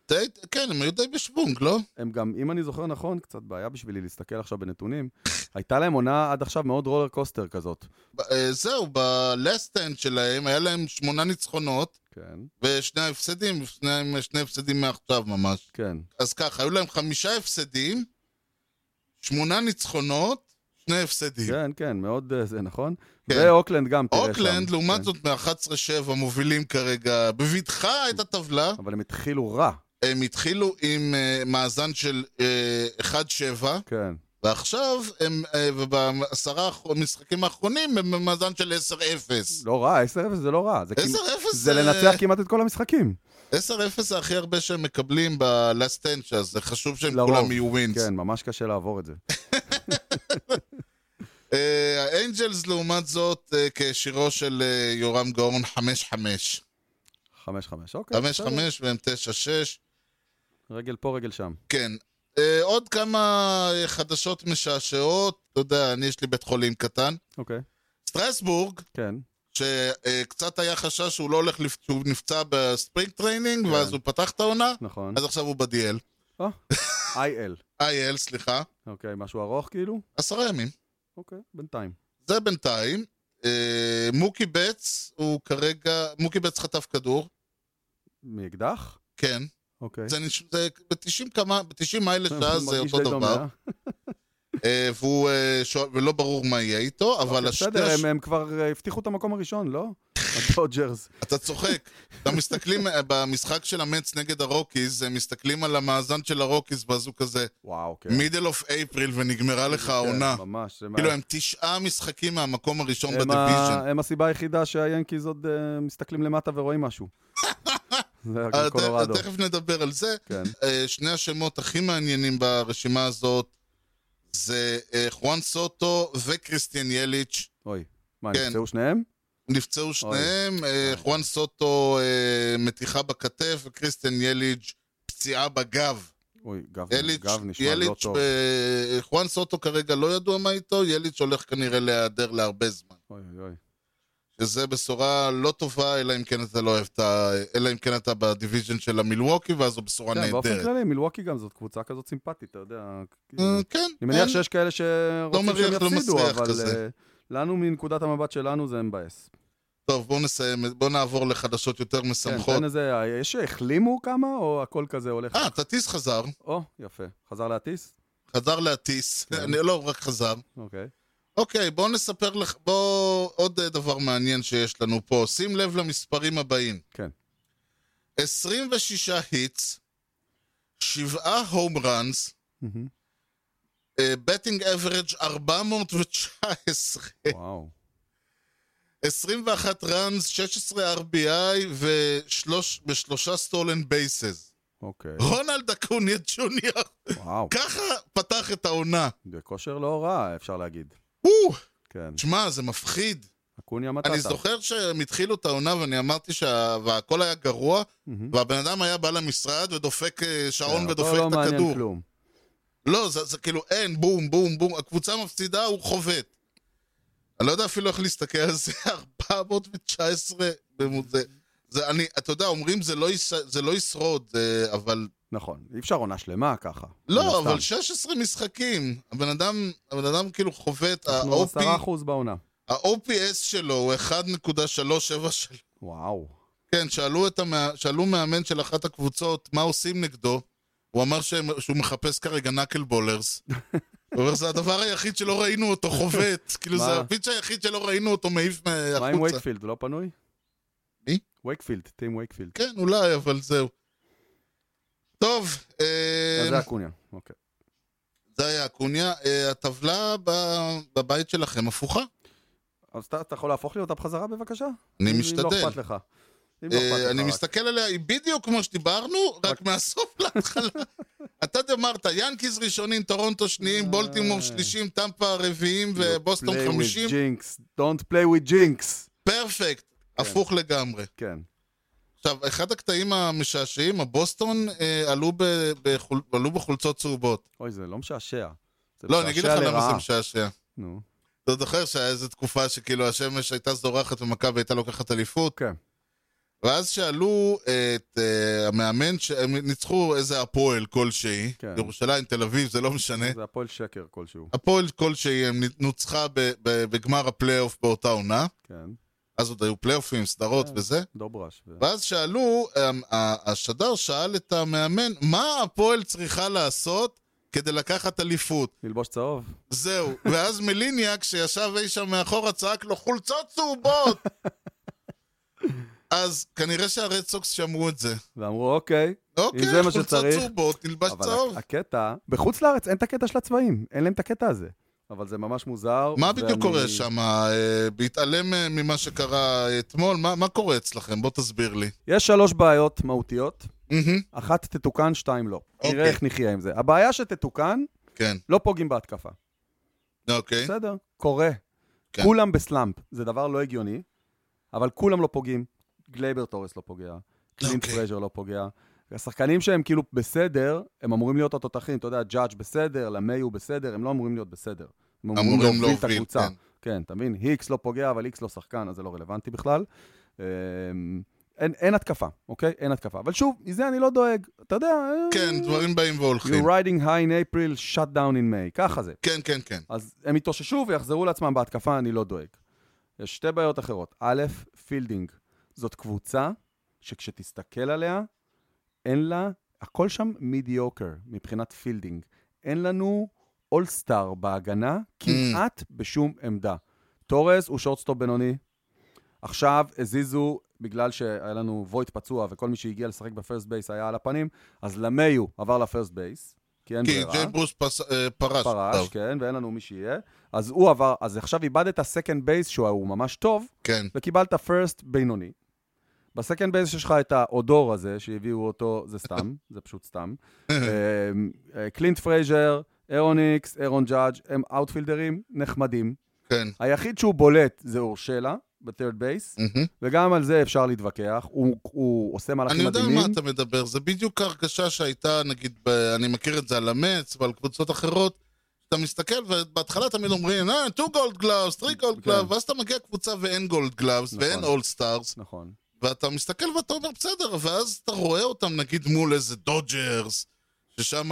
Speaker 2: די, כן, הם היו די בשוונג, לא?
Speaker 1: הם גם, אם אני זוכר נכון, קצת בעיה בשבילי להסתכל עכשיו
Speaker 2: [laughs]
Speaker 1: בנתונים. הייתה להם עונה עד עכשיו מאוד רולר קוסטר כזאת.
Speaker 2: ב- אה, זהו, בלסט-אנד שלהם היה להם שמונה ניצחונות
Speaker 1: כן,
Speaker 2: ושני הפסדים, שני, שני הפסדים מעכשיו ממש.
Speaker 1: כן.
Speaker 2: אז ככה, היו להם חמישה הפסדים, שמונה ניצחונות, שני הפסדים.
Speaker 1: כן, כן, מאוד אה, זה, נכון?
Speaker 2: כן.
Speaker 1: ואוקלנד גם תראה שם.
Speaker 2: אוקלנד, לעומת
Speaker 1: כן.
Speaker 2: זאת, מ-11-7 מובילים כרגע בבטחה את הטבלה.
Speaker 1: אבל הם התחילו רע,
Speaker 2: הם התחילו עם אה, מאזן של אה, 1-7,
Speaker 1: כן.
Speaker 2: ועכשיו הם, אה, ובעשרה האח- המשחקים האחרונים הם במאזן של 10-0.
Speaker 1: לא רע, 10-0 זה לא רע. זה,
Speaker 2: 10-0
Speaker 1: כמעט- זה לנצח כן. כמעט את כל
Speaker 2: [laughs]
Speaker 1: המשחקים.
Speaker 2: 10-0 אה, זה הכי הרבה שהם מקבלים בלאסט טנץ', אז זה חשוב שהם
Speaker 1: לרוב,
Speaker 2: כולם יהיו ווינס.
Speaker 1: כן, ממש קשה לעבור את זה.
Speaker 2: אה, האנג'לס לעומת זאת, אה, כשירו של אה, יורם גאון, 5-5.
Speaker 1: 5-5, אוקיי.
Speaker 2: 5-5
Speaker 1: בסדר.
Speaker 2: והם 9-6.
Speaker 1: רגל פה, רגל שם.
Speaker 2: כן. אה, עוד כמה אה, חדשות משעשעות, אתה יודע, אני יש לי בית חולים קטן.
Speaker 1: אוקיי,
Speaker 2: סטרסבורג,
Speaker 1: כן.
Speaker 2: שקצת היה חשש שהוא לא הולך, לפ- שהוא נפצע בספרינג טריינינג,
Speaker 1: כן.
Speaker 2: ואז הוא פתח את העונה,
Speaker 1: נכון.
Speaker 2: אז עכשיו הוא ב-DL.
Speaker 1: או, IL.
Speaker 2: IL, סליחה,
Speaker 1: אוקיי, משהו ארוך כאילו?
Speaker 2: עשרה ימים.
Speaker 1: אוקיי, בינתיים.
Speaker 2: זה בינתיים. אה, מוקי בץ הוא כרגע, מוקי בץ חטף כדור,
Speaker 1: מאקדח?
Speaker 2: כן.
Speaker 1: אוקיי. [laughs]
Speaker 2: זה נש- זה ב-90 כמה, ב-90 מייל לשעה זה
Speaker 1: מרגיש
Speaker 2: אותו
Speaker 1: די דומה,
Speaker 2: דבר.
Speaker 1: אה?
Speaker 2: אה, והוא, אה, שואל- ולא ברור מה יהיה איתו, אבל
Speaker 1: אוקיי,
Speaker 2: השתי...
Speaker 1: בסדר,
Speaker 2: הש-
Speaker 1: הם- הם כבר אה, הבטיחו את המקום הראשון,
Speaker 2: [laughs]
Speaker 1: לא? הדודג'רס.
Speaker 2: אתה צוחק. גם מסתכלים אה, במשחק של המץ נגד הרוקיז, הם מסתכלים על המאזן של הרוקיז, ואז הוא כזה,
Speaker 1: וואו, כן.
Speaker 2: מידל אוף אפריל ונגמרה לך העונה.
Speaker 1: כן, ממש. זה מה-
Speaker 2: כאילו הם תשעה משחקים מהמקום הראשון
Speaker 1: הם ה-
Speaker 2: בדיוויז'ן.
Speaker 1: הם הסיבה היחידה שהיאנקיז עוד אה, מסתכלים למטה ורואים
Speaker 2: [laughs]
Speaker 1: משהו. זה
Speaker 2: אה,
Speaker 1: הכל
Speaker 2: ת-
Speaker 1: קולורדו.
Speaker 2: תכף נדבר על זה.
Speaker 1: כן.
Speaker 2: אה, שני השמות הכי מעניינים ברשימה הזאת זה אה, חואן סוטו וקריסטיאן יליץ'.
Speaker 1: אוי. מה,
Speaker 2: כן.
Speaker 1: נפצעו שניהם?
Speaker 2: נפצעו שניהם, אה,
Speaker 1: אוי.
Speaker 2: חואן סוטו אה, מתיחה בכתף וקריסטיאן יליץ' פציעה בגב.
Speaker 1: אוי, גב
Speaker 2: יליץ',
Speaker 1: גב נשמע לא
Speaker 2: יליץ',
Speaker 1: טוב.
Speaker 2: ב- חואן סוטו כרגע לא ידוע מה איתו, יליץ' הולך כנראה להיעדר להרבה זמן.
Speaker 1: אוי, אוי, אוי.
Speaker 2: שזה בשורה לא טובה, אלא אם כן אתה לא אוהב את ה... אלא אם כן אתה בדיוויז'ן של המילווקי, ואז זו בשורה
Speaker 1: כן, באופן
Speaker 2: נהדרת.
Speaker 1: כללי, מילווקי גם זאת קבוצה כזאת סימפטית, אתה יודע.
Speaker 2: אה, כן,
Speaker 1: אני מניח
Speaker 2: אין-
Speaker 1: שיש כאלה שרוצים
Speaker 2: מריח,
Speaker 1: שהם
Speaker 2: לא
Speaker 1: יפסידו,
Speaker 2: מסריח
Speaker 1: אבל
Speaker 2: כזה. כן.
Speaker 1: אה, לנו, מנקודת המבט שלנו, זה מבאס.
Speaker 2: טוב, בואו נסיים, בואו נעבור לחדשות יותר
Speaker 1: כן,
Speaker 2: משמחות.
Speaker 1: תן איזה, יש שהחלימו כמה, או הכל כזה הולך?
Speaker 2: נכון. אה, תטיס חזר.
Speaker 1: או, יפה. חזר להטיס?
Speaker 2: חזר להטיס.
Speaker 1: כן.
Speaker 2: [laughs] אני לא, הוא רק חזר.
Speaker 1: אוקיי.
Speaker 2: אוקיי, בואו נספר לך, בואו עוד אה, דבר מעניין שיש לנו פה. שים לב למספרים הבאים.
Speaker 1: כן.
Speaker 2: 26 היטס, 7 הום ראנס,
Speaker 1: מהמם.
Speaker 2: אה, בטינג אברג' 419,
Speaker 1: וואו.
Speaker 2: 21 ראנס, 16 RBI ושלוש- ושלושה סטולן בייסס.
Speaker 1: אוקיי.
Speaker 2: רונלד אקוניה ג'וניור,
Speaker 1: וואו.
Speaker 2: ככה פתח את העונה.
Speaker 1: בכושר לא רע, אפשר להגיד.
Speaker 2: או,
Speaker 1: כן.
Speaker 2: תשמע, זה מפחיד.
Speaker 1: אקוניה מטאטה. כן,
Speaker 2: אני זוכר שהם התחילו את העונה ואני אמרתי שה- והכל היה גרוע,
Speaker 1: מהמם.
Speaker 2: והבן אדם היה בא למשרד ודופק אה,
Speaker 1: כן,
Speaker 2: שעון
Speaker 1: אותו
Speaker 2: ודופק
Speaker 1: לא
Speaker 2: את
Speaker 1: מעניין
Speaker 2: הכדור.
Speaker 1: כלום.
Speaker 2: לא, זה, זה כאילו אין, בום, בום, בום, הקבוצה מפסידה, הוא חובט. אני לא יודע אפילו איך להסתכל על זה, [laughs] 419 במודע. זה אני, אתה יודע, אומרים זה לא, יש, זה לא ישרוד, אה, אבל...
Speaker 1: נכון, אי אפשר עונה שלמה ככה. מן
Speaker 2: לא,
Speaker 1: הסתם.
Speaker 2: אבל 16 משחקים. הבן אדם, הבן אדם כאילו חובט,
Speaker 1: אנחנו
Speaker 2: ה-OP,
Speaker 1: 10% בעונה.
Speaker 2: ה-OPS שלו הוא 1.373.
Speaker 1: וואו.
Speaker 2: כן, שאלו, את המא... שאלו מאמן של אחת הקבוצות מה עושים נגדו, הוא אמר שהם... שהוא מחפש כרגע נקל בולרס.
Speaker 1: [laughs]
Speaker 2: הוא אומר, זה הדבר היחיד שלא ראינו אותו
Speaker 1: [laughs]
Speaker 2: חובט. כאילו,
Speaker 1: מה?
Speaker 2: זה הפיץ' היחיד שלא ראינו אותו מעיף
Speaker 1: מה עם
Speaker 2: מהחוצה.
Speaker 1: וייקפילד? לא פנוי?
Speaker 2: מי?
Speaker 1: וייקפילד, טים וייקפילד.
Speaker 2: כן, אולי, אבל זהו. טוב,
Speaker 1: אז
Speaker 2: אה,
Speaker 1: זה אקוניה, אוקיי.
Speaker 2: זה היה אקוניה. אה, הטבלה ב- בבית שלכם הפוכה.
Speaker 1: אז אתה אתה יכול להפוך לי אותה בחזרה בבקשה?
Speaker 2: אני
Speaker 1: אם- אם לא
Speaker 2: משתדל.
Speaker 1: אכפת לך. אם לא אכפת
Speaker 2: אה,
Speaker 1: לך
Speaker 2: אני
Speaker 1: רק.
Speaker 2: מסתכל עליה, היא בדיוק כמו שדיברנו, רק מהסוף
Speaker 1: [laughs]
Speaker 2: להתחלה. אתה אמרת, ינקיז ראשונים, טורונטו שניים, בולטימור שלישים, טמפה רביעים ובוסטון
Speaker 1: אה. לא Play with
Speaker 2: חמישים,
Speaker 1: jinx. Don't play with jinx.
Speaker 2: פרפקט, הפוך לגמרי.
Speaker 1: כן.
Speaker 2: עכשיו, אחד הקטעים המשעשעים, הבוסטון אה, עלו ב- בחול- עלו בחולצות צהובות.
Speaker 1: אוי, זה לא משעשע. זה
Speaker 2: לא, אני אגיד לך
Speaker 1: משעשע
Speaker 2: למה זה
Speaker 1: לרעה.
Speaker 2: משעשע.
Speaker 1: נו,
Speaker 2: אתה זוכר שהיה איזו תקופה שכאילו השמש הייתה זורחת ומכבי הייתה לוקחת אליפות?
Speaker 1: כן.
Speaker 2: ואז שאלו את אה, המאמן, שהם ניצחו איזה הפועל כלשהי,
Speaker 1: כן.
Speaker 2: ירושלים, תל אביב, זה לא משנה.
Speaker 1: זה הפועל שקר כלשהו.
Speaker 2: הפועל כלשהי הם נוצחה ב- ב- בגמר הפלייאוף באותה עונה,
Speaker 1: כן.
Speaker 2: אז עוד היו פלייאופים, סדרות
Speaker 1: כן.
Speaker 2: וזה.
Speaker 1: דוברש. ו-
Speaker 2: ואז שאלו, אמ, ה- השדר שאל את המאמן, מה הפועל צריכה לעשות כדי לקחת אליפות?
Speaker 1: נלבוש צהוב.
Speaker 2: זהו. ואז מליניאק, שישב אי שם מאחורה, צעק לו, חולצות צהובות! אז כנראה שהרד סוקס שמעו את זה.
Speaker 1: ואמרו, אוקיי.
Speaker 2: אוקיי,
Speaker 1: זה מה
Speaker 2: חולצות
Speaker 1: שצריך.
Speaker 2: צהובות, תלבש
Speaker 1: אבל
Speaker 2: צהוב.
Speaker 1: הק- הקטע, בחוץ לארץ אין את הקטע של הצבעים. אין להם את הקטע הזה. אבל זה ממש מוזר.
Speaker 2: מה בדיוק
Speaker 1: ואני-
Speaker 2: קורה שם? אה, בהתעלם אה, ממה שקרה אתמול, מה מה קורה אצלכם? בוא תסביר לי.
Speaker 1: יש שלוש בעיות מהותיות.
Speaker 2: מהמם,
Speaker 1: אחת תתוקן, שתיים לא. נראה
Speaker 2: אוקיי.
Speaker 1: איך נחיה עם זה. הבעיה שתתוקן,
Speaker 2: כן,
Speaker 1: לא פוגעים בהתקפה.
Speaker 2: אוקיי.
Speaker 1: בסדר, קורה.
Speaker 2: כן.
Speaker 1: כולם בסלאמפ, זה דבר לא הגיוני, אבל כולם לא פוגעים. גלייבר טורס לא פוגע, קלינט
Speaker 2: אוקיי.
Speaker 1: פרז'ר לא פוגע. השחקנים שהם כאילו בסדר, הם אמורים להיות התותחים, אתה יודע, ג'אדג' בסדר, למי הוא בסדר, הם לא אמורים להיות בסדר. הם אמורים
Speaker 2: אמורים
Speaker 1: להוביל את
Speaker 2: להוביל,
Speaker 1: הקבוצה.
Speaker 2: כן.
Speaker 1: כן, אתה מבין? היקס לא פוגע, אבל היקס לא שחקן, אז זה לא רלוונטי בכלל. אמ, אין, אין התקפה, אוקיי? אין התקפה. אבל שוב, מזה אני לא דואג. אתה יודע... אה,
Speaker 2: כן, דברים באים והולכים.
Speaker 1: You're riding high in April, shut down in May. ככה זה.
Speaker 2: כן, כן, כן.
Speaker 1: אז הם יתאוששו ויחזרו לעצמם בהתקפה, אני לא דואג. יש שתי בעיות אחרות. א', פילדינג. זאת קבוצה שכשתסתכל עליה, אין לה, הכל שם מידיוקר מבחינת פילדינג. אין לנו אולסטאר בהגנה כמעט בשום עמדה. תורס הוא שורטסטופ בינוני. עכשיו הזיזו, בגלל שהיה לנו וויט פצוע וכל מי שהגיע לשחק בפרסט בייס היה על הפנים, אז למיו עבר לפרסט בייס, כי אין
Speaker 2: כי
Speaker 1: ברירה.
Speaker 2: ג'יי ברוס פס- אה, פרש.
Speaker 1: פרש,
Speaker 2: טוב,
Speaker 1: כן, ואין לנו מי שיהיה. אז הוא עבר, אז עכשיו איבדת סקנד בייס שהוא ממש טוב,
Speaker 2: כן.
Speaker 1: וקיבלת פרסט בינוני. בסקנד בייס יש לך את האודור הזה, שהביאו אותו, זה
Speaker 2: [laughs]
Speaker 1: סתם, זה פשוט סתם. אה, אה, קלינט פרייזר, אירון איקס, אירון ג'אדג', הם אאוטפילדרים נחמדים.
Speaker 2: כן.
Speaker 1: היחיד שהוא בולט זה אורשלה, בטרד בייס,
Speaker 2: מהמם.
Speaker 1: וגם על זה אפשר להתווכח. הוא- הוא עושה מהלכים
Speaker 2: Mm. אני יודע
Speaker 1: מדהימים.
Speaker 2: על מה אתה מדבר, זה בדיוק ההרגשה שהייתה, נגיד, ב... אני מכיר את זה על אמץ ועל קבוצות אחרות, אתה מסתכל ובהתחלה תמיד אומרים, אה, 2 גולד גלאבס, 3 גולד
Speaker 1: כן.
Speaker 2: גלאבס, ואז אתה מגיע קבוצה ואין גולד גלאבס,
Speaker 1: נכון.
Speaker 2: ואין אול סטארס,
Speaker 1: נכון.
Speaker 2: ואתה מסתכל ואתה אומר, בסדר, ואז אתה רואה אותם, נגיד, מול איזה דודג'רס, ששם...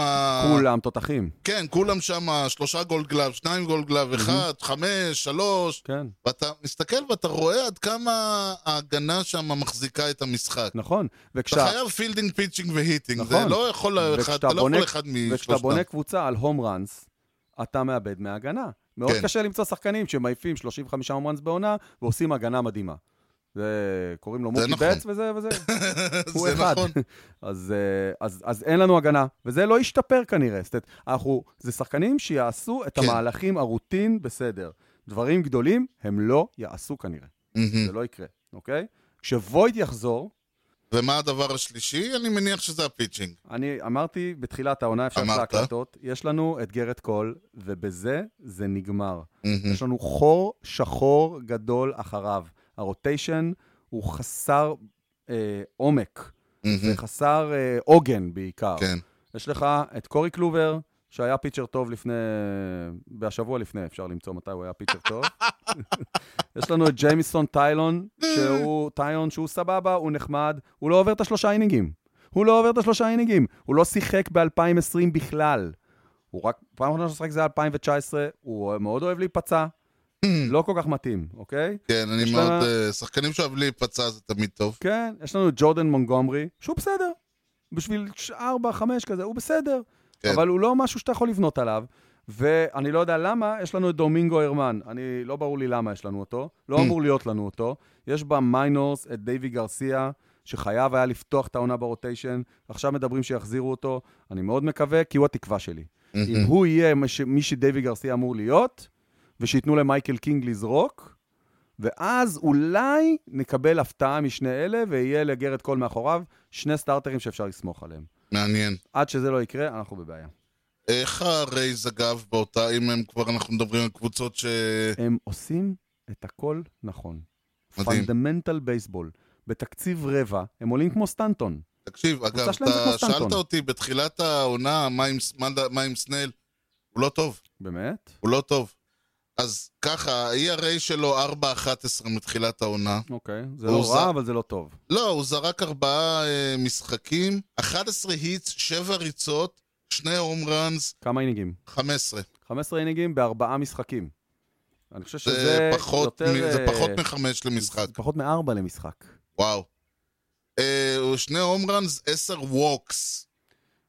Speaker 1: כולם תותחים,
Speaker 2: כן, כולם שם שלושה גולד גלאב, שניים גולד גלאב, אחד, חמש, שלוש,
Speaker 1: כן.
Speaker 2: ואתה מסתכל ואתה רואה עד כמה ההגנה שם מחזיקה את המשחק.
Speaker 1: נכון. וכשה...
Speaker 2: אתה חייב פילדינג, פיצ'ינג והיטינג, זה
Speaker 1: נכון.
Speaker 2: לא יכול אחד,
Speaker 1: וכשאתה
Speaker 2: אתה לא יכול
Speaker 1: בונה-
Speaker 2: אחד
Speaker 1: וכשאתה בונה
Speaker 2: משלושתם.
Speaker 1: קבוצה על הום ראנס, אתה מאבד מהגנה. מאוד
Speaker 2: כן.
Speaker 1: קשה למצוא שחקנים שמעיפים 35 הום ראנס בעונה ועושים הגנה מדהימה. זה, קוראים לו
Speaker 2: זה
Speaker 1: מוקי
Speaker 2: נכון.
Speaker 1: בץ וזה וזה. הוא
Speaker 2: [laughs] [laughs] זה
Speaker 1: אחד.
Speaker 2: נכון.
Speaker 1: [laughs] אז, אה, אז, אז אין לנו הגנה, וזה לא ישתפר כנראה. זאת אומרת, אנחנו, זה שחקנים שיעשו את
Speaker 2: כן.
Speaker 1: המהלכים הרוטין בסדר. דברים גדולים הם לא יעשו כנראה.
Speaker 2: מהמם.
Speaker 1: זה לא יקרה, אוקיי? כשוויד יחזור, לא-
Speaker 2: ומה הדבר השלישי? אני מניח שזה הפיצ'ינג.
Speaker 1: אני אמרתי בתחילת העונה, אפשר
Speaker 2: אמרת.
Speaker 1: להקלטות, יש לנו את גרד קול, ובזה זה נגמר.
Speaker 2: מהמם.
Speaker 1: יש לנו חור שחור גדול אחריו. הרוטיישן הוא חסר אה, עומק,
Speaker 2: מהמם.
Speaker 1: וחסר אה, עוגן בעיקר.
Speaker 2: Mm. כן.
Speaker 1: יש לך את קורי קלובר, שהיה פיצ'ר טוב לפני, בשבוע לפני, אפשר למצוא מתי הוא היה פיצ'ר טוב. יש לנו את ג'יימיסון טיילון, שהוא טיילון שהוא סבבה, הוא נחמד, הוא לא עובר את השלושה אינינגים. הוא לא עובר את השלושה אינינגים. הוא לא שיחק ב-2020 בכלל. הוא רק, פעם אחרונה שהוא שיחק זה היה 2019, הוא מאוד אוהב להיפצע. לא כל כך מתאים, אוקיי?
Speaker 2: כן, אני
Speaker 1: יש
Speaker 2: מאוד...
Speaker 1: לה-
Speaker 2: אה, שחקנים שאוהב להיפצע זה תמיד טוב.
Speaker 1: כן, יש לנו את ג'ורדן מונגומרי, שהוא בסדר. בשביל 4, 5 כזה, הוא בסדר.
Speaker 2: כן.
Speaker 1: כן. אבל הוא לא משהו שאתה יכול לבנות עליו. ואני לא יודע למה, יש לנו את דומינגו הרמן. אני, לא ברור לי למה יש לנו אותו. לא אמור להיות לנו אותו. יש במיינורס את דייבי גרסיה, שחייב היה לפתוח את העונה ברוטיישן. עכשיו מדברים שיחזירו אותו. אני מאוד מקווה, כי הוא התקווה שלי. אם הוא יהיה מה ש- מי שדייבי גרסיה אמור להיות, ושייתנו למייקל קינג לזרוק, ואז אולי נקבל הפתעה משני אלה, ויהיה לגרד קול מאחוריו שני סטארטרים שאפשר לסמוך עליהם.
Speaker 2: מעניין.
Speaker 1: עד שזה לא יקרה, אנחנו בבעיה.
Speaker 2: איך הרייז אגב באותה, אם הם כבר, אנחנו מדברים על קבוצות ש...
Speaker 1: הם עושים את הכל נכון.
Speaker 2: מדהים.
Speaker 1: פונדמנטל בייסבול. בתקציב רבע, הם עולים כמו סטנטון.
Speaker 2: תקשיב, אגב,
Speaker 1: שלהם זה
Speaker 2: אתה
Speaker 1: כמו סטנטון.
Speaker 2: שאלת אותי בתחילת העונה, מה עם ס- מה ד- מה עם סנאל? הוא לא טוב,
Speaker 1: באמת?
Speaker 2: הוא לא טוב. אז ככה, ה-ERA שלו 4-11 מתחילת העונה.
Speaker 1: אוקיי. זה
Speaker 2: הוא
Speaker 1: לא
Speaker 2: זר-
Speaker 1: רע, אבל זה לא טוב.
Speaker 2: לא, הוא זרק ארבעה אה, משחקים, 11 היטס, 7 ריצות, שני הום ראנס,
Speaker 1: כמה אינינגים?
Speaker 2: 15.
Speaker 1: 15 אינינגים בארבעה משחקים. אני חושב שזה
Speaker 2: זה פחות,
Speaker 1: יותר...
Speaker 2: מ- זה
Speaker 1: אה,
Speaker 2: פחות מחמש למשחק.
Speaker 1: זה פחות מארבע למשחק.
Speaker 2: וואו. אה, הוא שני הום ראנס, 10 ווקס.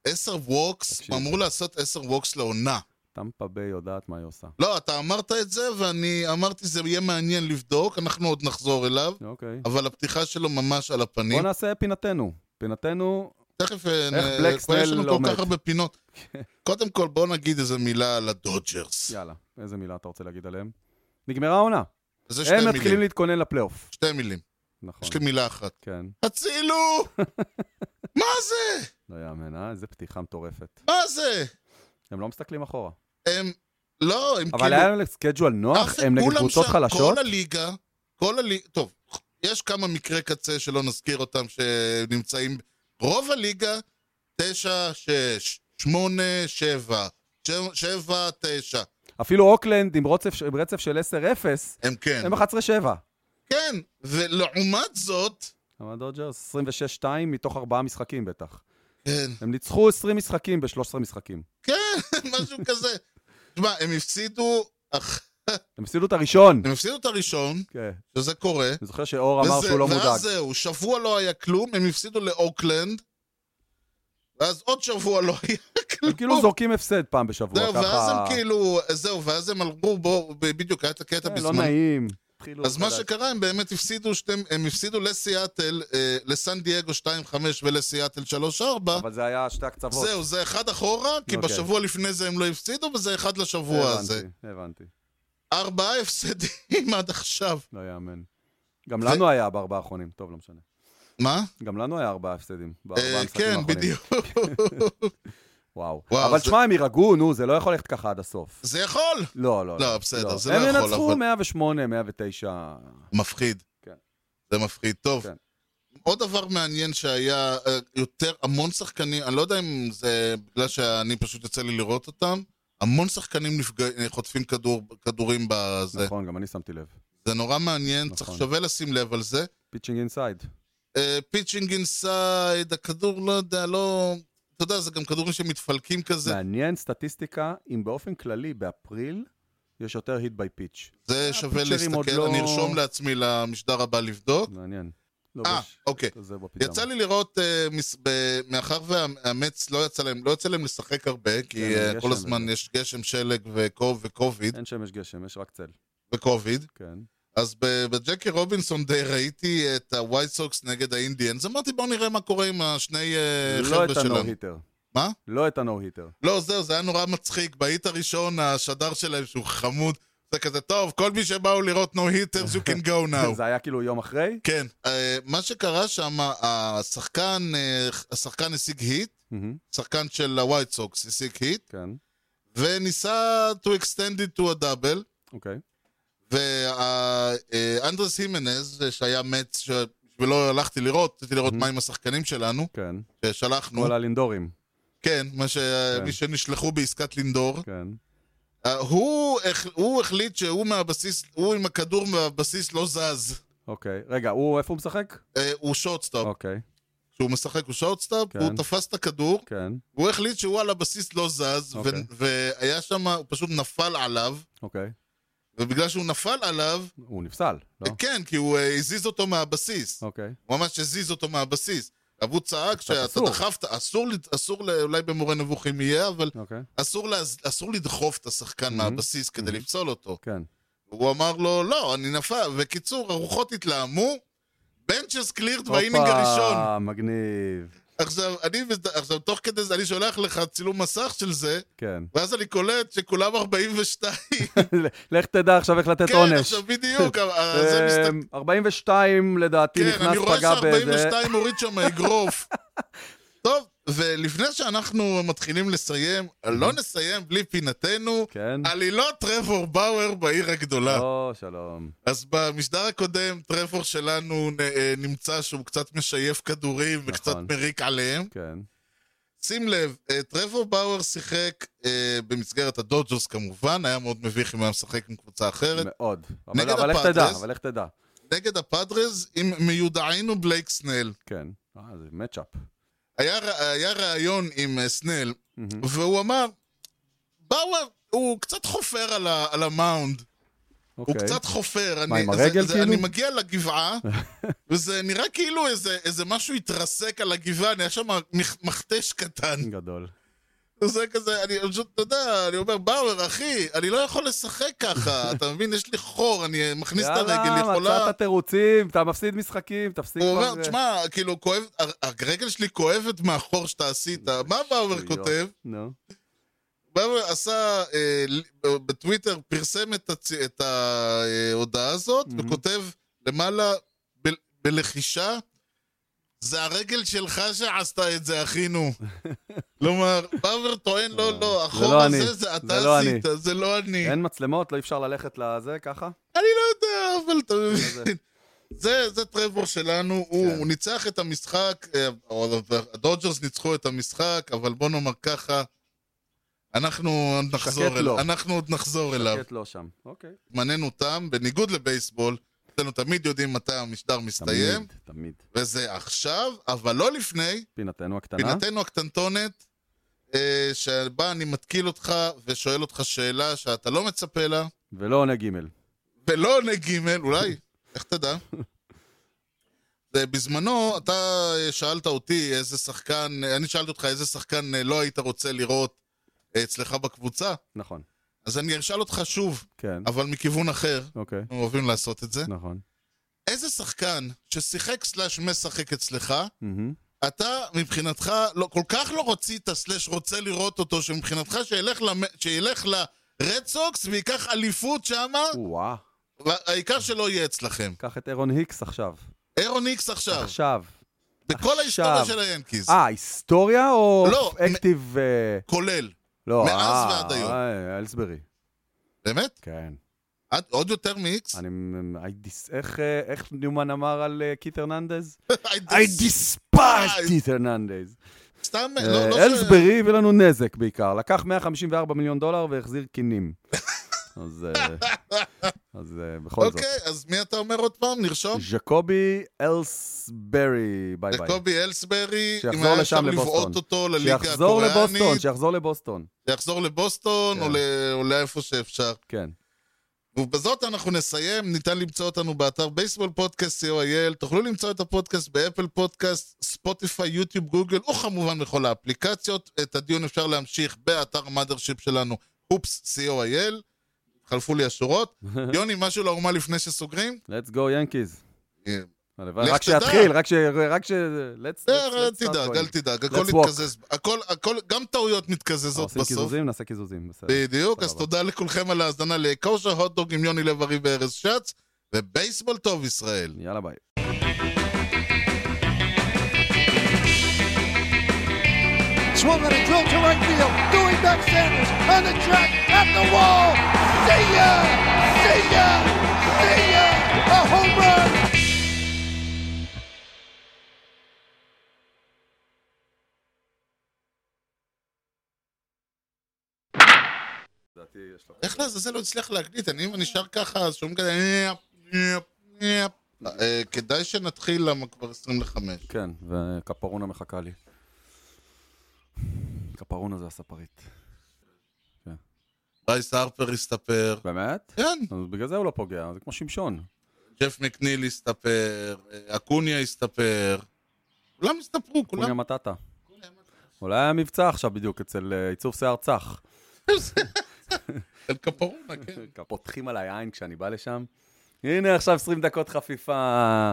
Speaker 2: 10 ווקס,
Speaker 1: תקשיב.
Speaker 2: הוא אמור לעשות 10 ווקס לעונה.
Speaker 1: טמפה ביי יודעת מה היא עושה.
Speaker 2: לא, אתה אמרת את זה, ואני אמרתי, זה יהיה מעניין לבדוק, אנחנו עוד נחזור אליו,
Speaker 1: אוקיי.
Speaker 2: אבל הפתיחה שלו ממש על הפנים.
Speaker 1: בוא נעשה פינתנו. פינתנו,
Speaker 2: תכף, אה,
Speaker 1: איך
Speaker 2: נ-
Speaker 1: בלק
Speaker 2: כבר יש לנו
Speaker 1: סנאל
Speaker 2: כל
Speaker 1: עומד?
Speaker 2: כך הרבה פינות. קודם כל, בוא נגיד איזה מילה על הדודג'רס.
Speaker 1: יאללה, איזה מילה אתה רוצה להגיד עליהם? נגמרה העונה.
Speaker 2: זה שתי
Speaker 1: הם
Speaker 2: מילים.
Speaker 1: מתחילים להתכונן לפלייאוף.
Speaker 2: שתי מילים.
Speaker 1: נכון.
Speaker 2: יש לי מילה אחת.
Speaker 1: כן, [laughs]
Speaker 2: הצילו! מה זה?
Speaker 1: לא יאמן, אה? איזה פתיחה מטורפת.
Speaker 2: מה זה?
Speaker 1: הם לא מסתכלים אחורה.
Speaker 2: הם... לא, הם
Speaker 1: אבל היה להם סקייג'ואל נוח,
Speaker 2: אף-
Speaker 1: הם נגד
Speaker 2: כולם
Speaker 1: קבוצות
Speaker 2: שם,
Speaker 1: חלשות.
Speaker 2: כל הליגה, כל הליגה, טוב, יש כמה מקרי קצה שלא נזכיר אותם שנמצאים, רוב הליגה, תשע, שש, שמונה, שבע, שבע, שבע, תשע.
Speaker 1: אפילו אוקלנד עם רוצף- עם רצף של 10-0,
Speaker 2: הם כן.
Speaker 1: הם 11-7.
Speaker 2: כן, ולעומת זאת,
Speaker 1: אבל הדודג'רס 26-2 מתוך ארבעה משחקים בטח.
Speaker 2: כן,
Speaker 1: הם ניצחו 20 משחקים ב-13 משחקים.
Speaker 2: כן, [laughs] משהו כזה. תשמע, הם הפסידו, אך-
Speaker 1: הם הפסידו את הראשון.
Speaker 2: הם הפסידו את הראשון,
Speaker 1: כן.
Speaker 2: שזה קורה.
Speaker 1: אני זוכר שאור אמר
Speaker 2: וזה-
Speaker 1: שהוא לא
Speaker 2: ואז
Speaker 1: מודאג.
Speaker 2: זהו, שבוע לא היה כלום, הם הפסידו לאוקלנד, ואז עוד שבוע לא היה כלום.
Speaker 1: הם כאילו זורקים הפסד פעם בשבוע,
Speaker 2: זהו, ואז
Speaker 1: ככה...
Speaker 2: הם כאילו, זהו, ואז הם אמרו, בואו, בדיוק היה את הקטע
Speaker 1: כן, לא
Speaker 2: בזמן.
Speaker 1: נעים. התחילו
Speaker 2: אז מה
Speaker 1: מחדש.
Speaker 2: שקרה, הם באמת הפסידו, שתי- הם הפסידו לסיאטל, אה, לסן דייגו 2-5 ולסיאטל 3-4.
Speaker 1: אבל זה היה שתי הקצוות.
Speaker 2: זהו, זה אחד אחורה, כי
Speaker 1: אוקיי.
Speaker 2: בשבוע לפני זה הם לא הפסידו, וזה אחד לשבוע הזה.
Speaker 1: הבנתי, הבנתי.
Speaker 2: ארבעה הפסדים [laughs] עד עכשיו.
Speaker 1: לא יאמן. גם
Speaker 2: ו-
Speaker 1: לנו היה בארבעה האחרונים, טוב, לא משנה.
Speaker 2: מה?
Speaker 1: גם לנו היה ארבעה הפסדים בארבעה
Speaker 2: אה,
Speaker 1: המשחקים
Speaker 2: כן,
Speaker 1: האחרונים.
Speaker 2: בדיוק. [laughs]
Speaker 1: וואו.
Speaker 2: וואו,
Speaker 1: אבל
Speaker 2: זה-
Speaker 1: תשמע, הם יירגעו, נו, זה לא יכול ללכת ככה עד הסוף.
Speaker 2: זה יכול!
Speaker 1: לא, לא.
Speaker 2: לא, בסדר, זה לא
Speaker 1: הם
Speaker 2: יכול, אבל-
Speaker 1: ינצחו 108, 109.
Speaker 2: מפחיד.
Speaker 1: כן.
Speaker 2: זה מפחיד. טוב.
Speaker 1: כן.
Speaker 2: עוד דבר מעניין שהיה, אה, יותר, המון שחקנים, אני לא יודע אם זה בגלל שאני פשוט יוצא לי לראות אותם, המון שחקנים נפגע, אה, חוטפים כדור, כדורים בזה. נכון.
Speaker 1: נכון, גם אני שמתי לב.
Speaker 2: זה נורא מעניין, נכון.
Speaker 1: נכון.
Speaker 2: צריך שווה לשים לב על זה.
Speaker 1: פיצ'ינג אינסייד.
Speaker 2: פיצ'ינג אינסייד, הכדור, לא יודע, לא... אתה יודע, זה גם כדורים שמתפלקים כזה.
Speaker 1: מעניין סטטיסטיקה, אם באופן כללי, באפריל, יש יותר היט ביי פיץ'.
Speaker 2: זה שווה
Speaker 1: הפיצ'רים עוד
Speaker 2: להסתכל,
Speaker 1: לא-
Speaker 2: אני ארשום לעצמי למשדר הבא לבדוק.
Speaker 1: מעניין. לא,
Speaker 2: אה,
Speaker 1: יש-
Speaker 2: אוקיי.
Speaker 1: זה בפיג'מה.
Speaker 2: יצא לי לראות, אה, מס- ב- מאחר והמץ לא יצא להם, לא יצא להם לשחק הרבה, כי
Speaker 1: כן,
Speaker 2: אה,
Speaker 1: גשם
Speaker 2: כל הזמן
Speaker 1: וזה.
Speaker 2: יש גשם, שלג וקוב- וקוביד,
Speaker 1: אין שמש גשם, יש רק צל.
Speaker 2: וקוביד.
Speaker 1: כן.
Speaker 2: אז ב- בג'קי רובינסון די ראיתי את הווייט סוקס נגד האינדיאנס, אמרתי בואו נראה מה קורה עם השני אה,
Speaker 1: לא
Speaker 2: חבר'ה
Speaker 1: את הנו
Speaker 2: שלנו.
Speaker 1: היטר.
Speaker 2: מה?
Speaker 1: לא את הנו היטר.
Speaker 2: לא, זהו, זה היה נורא מצחיק. בהיט הראשון, השדר שלהם, שהוא חמוד, זה כזה, טוב, כל מי שבאו לראות נו היטרס, you can go
Speaker 1: [laughs]
Speaker 2: now.
Speaker 1: זה היה כאילו יום אחרי?
Speaker 2: כן, אה, מה שקרה שם, השחקן, אה, השחקן השיג היט,
Speaker 1: מהמם,
Speaker 2: שחקן של הווייט סוקס, השיג היט,
Speaker 1: כן,
Speaker 2: וניסה to extend it to a double,
Speaker 1: אוקיי.
Speaker 2: ואנדרס הימנז, שהיה מת,
Speaker 1: Mhm.
Speaker 2: שבשבילו הלכתי לראות, רציתי לראות מה עם השחקנים שלנו,
Speaker 1: כן.
Speaker 2: ששלחנו,
Speaker 1: כל הלינדורים.
Speaker 2: כן, מה ש...
Speaker 1: כן.
Speaker 2: מי שנשלחו בעסקת לינדור.
Speaker 1: כן.
Speaker 2: אה, הוא הח- הוא החליט שהוא מהבסיס, הוא עם הכדור מהבסיס לא זז.
Speaker 1: אוקיי. רגע, הוא, איפה הוא משחק?
Speaker 2: אה, הוא שורטסטאפ.
Speaker 1: אוקיי,
Speaker 2: כשהוא משחק הוא שורטסטאפ,
Speaker 1: כן.
Speaker 2: הוא תפס את הכדור,
Speaker 1: כן,
Speaker 2: הוא החליט שהוא על הבסיס לא זז, ו-
Speaker 1: אוקיי.
Speaker 2: והיה שם, הוא פשוט נפל עליו,
Speaker 1: אוקיי.
Speaker 2: ובגלל שהוא נפל עליו,
Speaker 1: הוא נפסל, לא?
Speaker 2: כן, כי הוא אה, הזיז אותו מהבסיס.
Speaker 1: אוקיי.
Speaker 2: הוא ממש הזיז אותו מהבסיס. אבל הוא צעק שאתה
Speaker 1: אסור.
Speaker 2: דחפת, אסור, לד- אסור, ל- אולי במורה נבוכים יהיה, אבל
Speaker 1: אוקיי,
Speaker 2: אסור, להז- אסור לדחוף את השחקן
Speaker 1: Mm-hmm.
Speaker 2: מהבסיס כדי לפסול אותו.
Speaker 1: כן.
Speaker 2: הוא אמר לו, לא, אני נפל. בקיצור, הרוחות התלהמו, בנצ'ס קלירד באינינג
Speaker 1: הופה,
Speaker 2: הראשון.
Speaker 1: מגניב.
Speaker 2: עכשיו, אני, מזד- עכשיו, תוך כדי זה, אני שולח לך צילום מסך של זה,
Speaker 1: כן. [laughs]
Speaker 2: ואז אני קולט שכולם 42.
Speaker 1: לך תדע עכשיו איך לתת
Speaker 2: כן,
Speaker 1: עונש.
Speaker 2: עכשיו
Speaker 1: [laughs]
Speaker 2: בדיוק, ה- זה מסתכל...
Speaker 1: אמ, 42 לדעתי
Speaker 2: כן,
Speaker 1: נכנס,
Speaker 2: אני רואה
Speaker 1: פגע באיזה...
Speaker 2: ש-42 הוריד
Speaker 1: [laughs]
Speaker 2: שם אגרוף. טוב, ולפני שאנחנו מתחילים לסיים, לא נסיים בלי פינתנו,
Speaker 1: כן.
Speaker 2: עלילות טרבור באואר בעיר הגדולה.
Speaker 1: או, שלום.
Speaker 2: אז במשדר הקודם, טרבור שלנו נ- אה, נמצא שהוא קצת משייף כדורים
Speaker 1: נכון.
Speaker 2: וקצת מריק עליהם.
Speaker 1: כן.
Speaker 2: שים לב, אה, טרבור באואר שיחק אה, במסגרת הדודג'וס כמובן, היה מאוד מביך אם היה משחק עם קבוצה אחרת.
Speaker 1: מאוד. אבל-
Speaker 2: נגד
Speaker 1: אבל לך תדע,
Speaker 2: הפאדרס.
Speaker 1: אבל לך תדע.
Speaker 2: נגד הפאדרז עם מיודענו בלייק סנל.
Speaker 1: כן. אה, זה מצ'אפ.
Speaker 2: היה, ר- היה ראיון עם אה, סנל, והוא אמר, באואר, הוא קצת חופר על, ה, על המאונד. הוא
Speaker 1: אוקיי.
Speaker 2: קצת חופר.
Speaker 1: מה,
Speaker 2: אני,
Speaker 1: עם
Speaker 2: זה-
Speaker 1: הרגל
Speaker 2: זה,
Speaker 1: כאילו?
Speaker 2: אני מגיע
Speaker 1: [laughs]
Speaker 2: לגבעה, וזה נראה כאילו איזה, איזה משהו התרסק על הגבעה, נהיה שם מח- מכתש קטן. [laughs]
Speaker 1: גדול.
Speaker 2: זה כזה, אני פשוט, אתה יודע, אני אומר, באואר, אחי, אני לא יכול לשחק
Speaker 1: [laughs]
Speaker 2: ככה, אתה מבין? יש לי חור, אני מכניס את הרגל, היא
Speaker 1: יאללה,
Speaker 2: יכולה...
Speaker 1: מצאת תירוצים, אתה מפסיד משחקים, תפסיק
Speaker 2: הוא
Speaker 1: כבר,
Speaker 2: אומר,
Speaker 1: אה,
Speaker 2: תשמע, כאילו, כואב, הר- הרגל שלי כואבת מהחור שאתה עשית. מה באואר
Speaker 1: שטויות.
Speaker 2: כותב?
Speaker 1: נו.
Speaker 2: באבר עשה, אה, ל- אה, בטוויטר פרסם את, הצ... את ההודעה הזאת, mm-hmm. וכותב למעלה, ב... בלחישה, זה הרגל שלך שעשתה את זה, אחינו.
Speaker 1: [laughs]
Speaker 2: כלומר, באבר טוען, לא, לא, החור
Speaker 1: לא
Speaker 2: הזה
Speaker 1: אני.
Speaker 2: זה
Speaker 1: זה
Speaker 2: אתה
Speaker 1: לא
Speaker 2: עשית, זה לא אני.
Speaker 1: אין מצלמות, לא אפשר ללכת לזה, ככה?
Speaker 2: אני לא יודע, אבל אתה
Speaker 1: זה.
Speaker 2: מבין. זה, זה טרבור שלנו, הוא,
Speaker 1: כן.
Speaker 2: הוא ניצח את המשחק, אה, או- הדודג'רס ניצחו את המשחק, אבל בוא נאמר ככה, אנחנו עוד נחזור,
Speaker 1: שקט
Speaker 2: אל,
Speaker 1: לו.
Speaker 2: אנחנו עוד נחזור אליו.
Speaker 1: שקט לא שם. אוקיי.
Speaker 2: זמננו תם, בניגוד לבייסבול, אצלנו תמיד יודעים מתי המשדר מסתיים,
Speaker 1: תמיד, תמיד.
Speaker 2: וזה עכשיו, אבל לא לפני,
Speaker 1: פינתנו הקטנה.
Speaker 2: פינתנו הקטנטונת, אה, שבה אני מתקיל אותך ושואל אותך שאלה שאתה לא מצפה לה.
Speaker 1: ולא עונה ג'.
Speaker 2: ולא עונה ג', אולי, איך תדע? זה, בזמנו, אתה אה, שאלת אותי איזה שחקן, אה, אני שאלתי אותך איזה שחקן אה, לא היית רוצה לראות אה, אצלך בקבוצה,
Speaker 1: נכון.
Speaker 2: אז אני אשאל אותך שוב,
Speaker 1: כן.
Speaker 2: אבל מכיוון אחר,
Speaker 1: אוקיי.
Speaker 2: אנחנו אוהבים לעשות את זה.
Speaker 1: נכון.
Speaker 2: איזה שחקן ששיחק סלאש משחק אצלך,
Speaker 1: מהמם.
Speaker 2: אה. אתה מבחינתך לא, כל כך לא רצית סלאש רוצה לראות אותו, שמבחינתך שילך, למ- שילך לרד סוקס וייקח אליפות שמה,
Speaker 1: וואו.
Speaker 2: והעיקר שלא יהיה אצלכם.
Speaker 1: קח את אירון היקס עכשיו.
Speaker 2: אירון איקס עכשיו,
Speaker 1: עכשיו.
Speaker 2: בכל ההיסטוריה
Speaker 1: עכשיו.
Speaker 2: של היאנקיז,
Speaker 1: אה, היסטוריה או
Speaker 2: לא,
Speaker 1: אקטיב... אה,
Speaker 2: כולל.
Speaker 1: לא,
Speaker 2: מאז
Speaker 1: אה,
Speaker 2: ועד היום.
Speaker 1: אה, אלסברי.
Speaker 2: באמת?
Speaker 1: כן.
Speaker 2: עד- עוד יותר מאיקס?
Speaker 1: אני... I dis- איך, אה, איך ניומן אמר על אה, קיט הרננדז? I
Speaker 2: [laughs] I dis-
Speaker 1: despise קיט הרננדז.
Speaker 2: סתם,
Speaker 1: אה,
Speaker 2: לא, לא
Speaker 1: אלסברי הביא לנו נזק בעיקר. לקח 154 מיליון דולר והחזיר
Speaker 2: [laughs]
Speaker 1: קינים. אז... אה, אז אה, בכל זאת.
Speaker 2: אוקיי, אז מי אתה אומר עוד פעם? נרשום?
Speaker 1: ז'קובי אלסברי, ביי ביי.
Speaker 2: לקובי אלסברי, אם
Speaker 1: שיחזור
Speaker 2: היה אפשר
Speaker 1: לשם
Speaker 2: לבעוט
Speaker 1: לבוסטון.
Speaker 2: אותו לליגה הקוריאנית,
Speaker 1: שיחזור לבוסטון, שיחזור לבוסטון.
Speaker 2: שיחזור לבוסטון, או
Speaker 1: כן.
Speaker 2: ל- או לאיפה שאפשר.
Speaker 1: כן.
Speaker 2: ובזאת אנחנו נסיים, ניתן למצוא אותנו באתר בייסבול פודקאסט co.il, תוכלו למצוא את הפודקאסט באפל פודקאסט, ספוטיפיי, יוטיוב, גוגל, וכמובן בכל האפליקציות. את הדיון אפשר להמשיך באתר המאדרשיפ שלנו, hoops co.il, חלפו לי
Speaker 1: [laughs]
Speaker 2: השורות. יוני, משהו לאומה לפני שסוגרים?
Speaker 1: let's go ינקיז.
Speaker 2: אה,
Speaker 1: הלוואי,
Speaker 2: לך
Speaker 1: רק
Speaker 2: תדע.
Speaker 1: שיתחיל, רק ש... רק ש... let's... let's-
Speaker 2: אה, אל
Speaker 1: let's start
Speaker 2: תדאג,
Speaker 1: going.
Speaker 2: אל תדאג,
Speaker 1: Let's
Speaker 2: הכל
Speaker 1: walk.
Speaker 2: יתקזז, הכל, הכל, גם טעויות מתקזזות
Speaker 1: עושים
Speaker 2: בסוף.
Speaker 1: קיזוזים, נעשה קיזוזים, בסדר.
Speaker 2: בדיוק, אז
Speaker 1: סבבה.
Speaker 2: תודה לכולכם על ההאזנה לכושר הוטדוג עם יוני לב-ארי וארז שץ, ובייסבול טוב ישראל.
Speaker 1: יאללה ביי.
Speaker 6: Swung on a drill to right field. Doing back Sanders on the track at the wall. See ya! See ya! See ya! A home run!
Speaker 1: לדעתי יש לו.
Speaker 2: איך לעזאזל הוא הצליח להקליט? אני אם אני שר ככה, אז שומעים כזה... "ניאפ, ניאפ, ניאפ". אה, כדאי שנתחיל למה כבר 25.
Speaker 1: כן, וקפרונה מחכה לי. קפרונה זה הספרית.
Speaker 2: רייס הרפר הסתפר.
Speaker 1: באמת?
Speaker 2: כן,
Speaker 1: אז בגלל זה הוא לא פוגע, זה כמו שמשון.
Speaker 2: ג'ף מקניל הסתפר, אה, אקוניה הסתפר. כולם הסתפרו, כולם...
Speaker 1: קוניה מטאטה. אולי היה מבצע עכשיו בדיוק אצל אה, עיצוב שיער צח.
Speaker 2: אל קפרונה, כן.
Speaker 1: פותחים עליי עין כשאני בא לשם. הנה עכשיו 20 דקות חפיפה.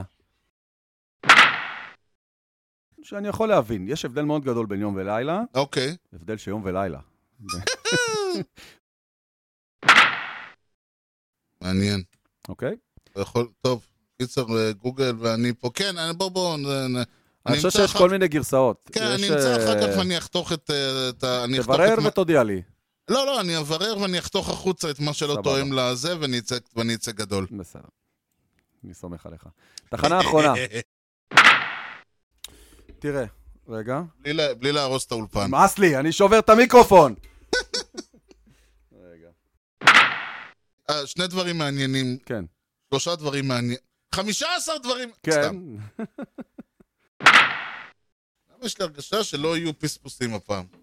Speaker 1: שאני יכול להבין, יש הבדל מאוד גדול בין יום ולילה,
Speaker 2: [laughs] אוקיי.
Speaker 1: הבדל שיום ולילה.
Speaker 2: מעניין.
Speaker 1: אוקיי?
Speaker 2: אתה יכול... טוב, קיצר, אה, גוגל ואני פה. כן, אה, בוא, בוא... נ- נ-
Speaker 1: אני חושב
Speaker 2: אמצא
Speaker 1: שיש
Speaker 2: אחר-
Speaker 1: כל מיני גרסאות.
Speaker 2: כן, אני
Speaker 1: יש, אה,
Speaker 2: אמצא אחר כך ואני אחתוך את... אה, את ה- אני אחתוך
Speaker 1: תברר
Speaker 2: את מה-
Speaker 1: ותודיע לי.
Speaker 2: לא, לא, אני אברר ואני אחתוך החוצה את מה שלא
Speaker 1: סבבה.
Speaker 2: תואם לזה, ואני אצא- ואני אצא גדול.
Speaker 1: בסדר. אני סומך עליך. תחנה
Speaker 2: [laughs]
Speaker 1: אחרונה. תראה, רגע.
Speaker 2: בלי לה- בלי להרוס את האולפן.
Speaker 1: נמאס לי, אני שובר את המיקרופון. רגע.
Speaker 2: אה, שני דברים מעניינים,
Speaker 1: כן.
Speaker 2: שלושה דברים מעניינים. חמישה עשר דברים!
Speaker 1: כן.
Speaker 2: סתם. למה יש לי הרגשה שלא יהיו פספוסים הפעם?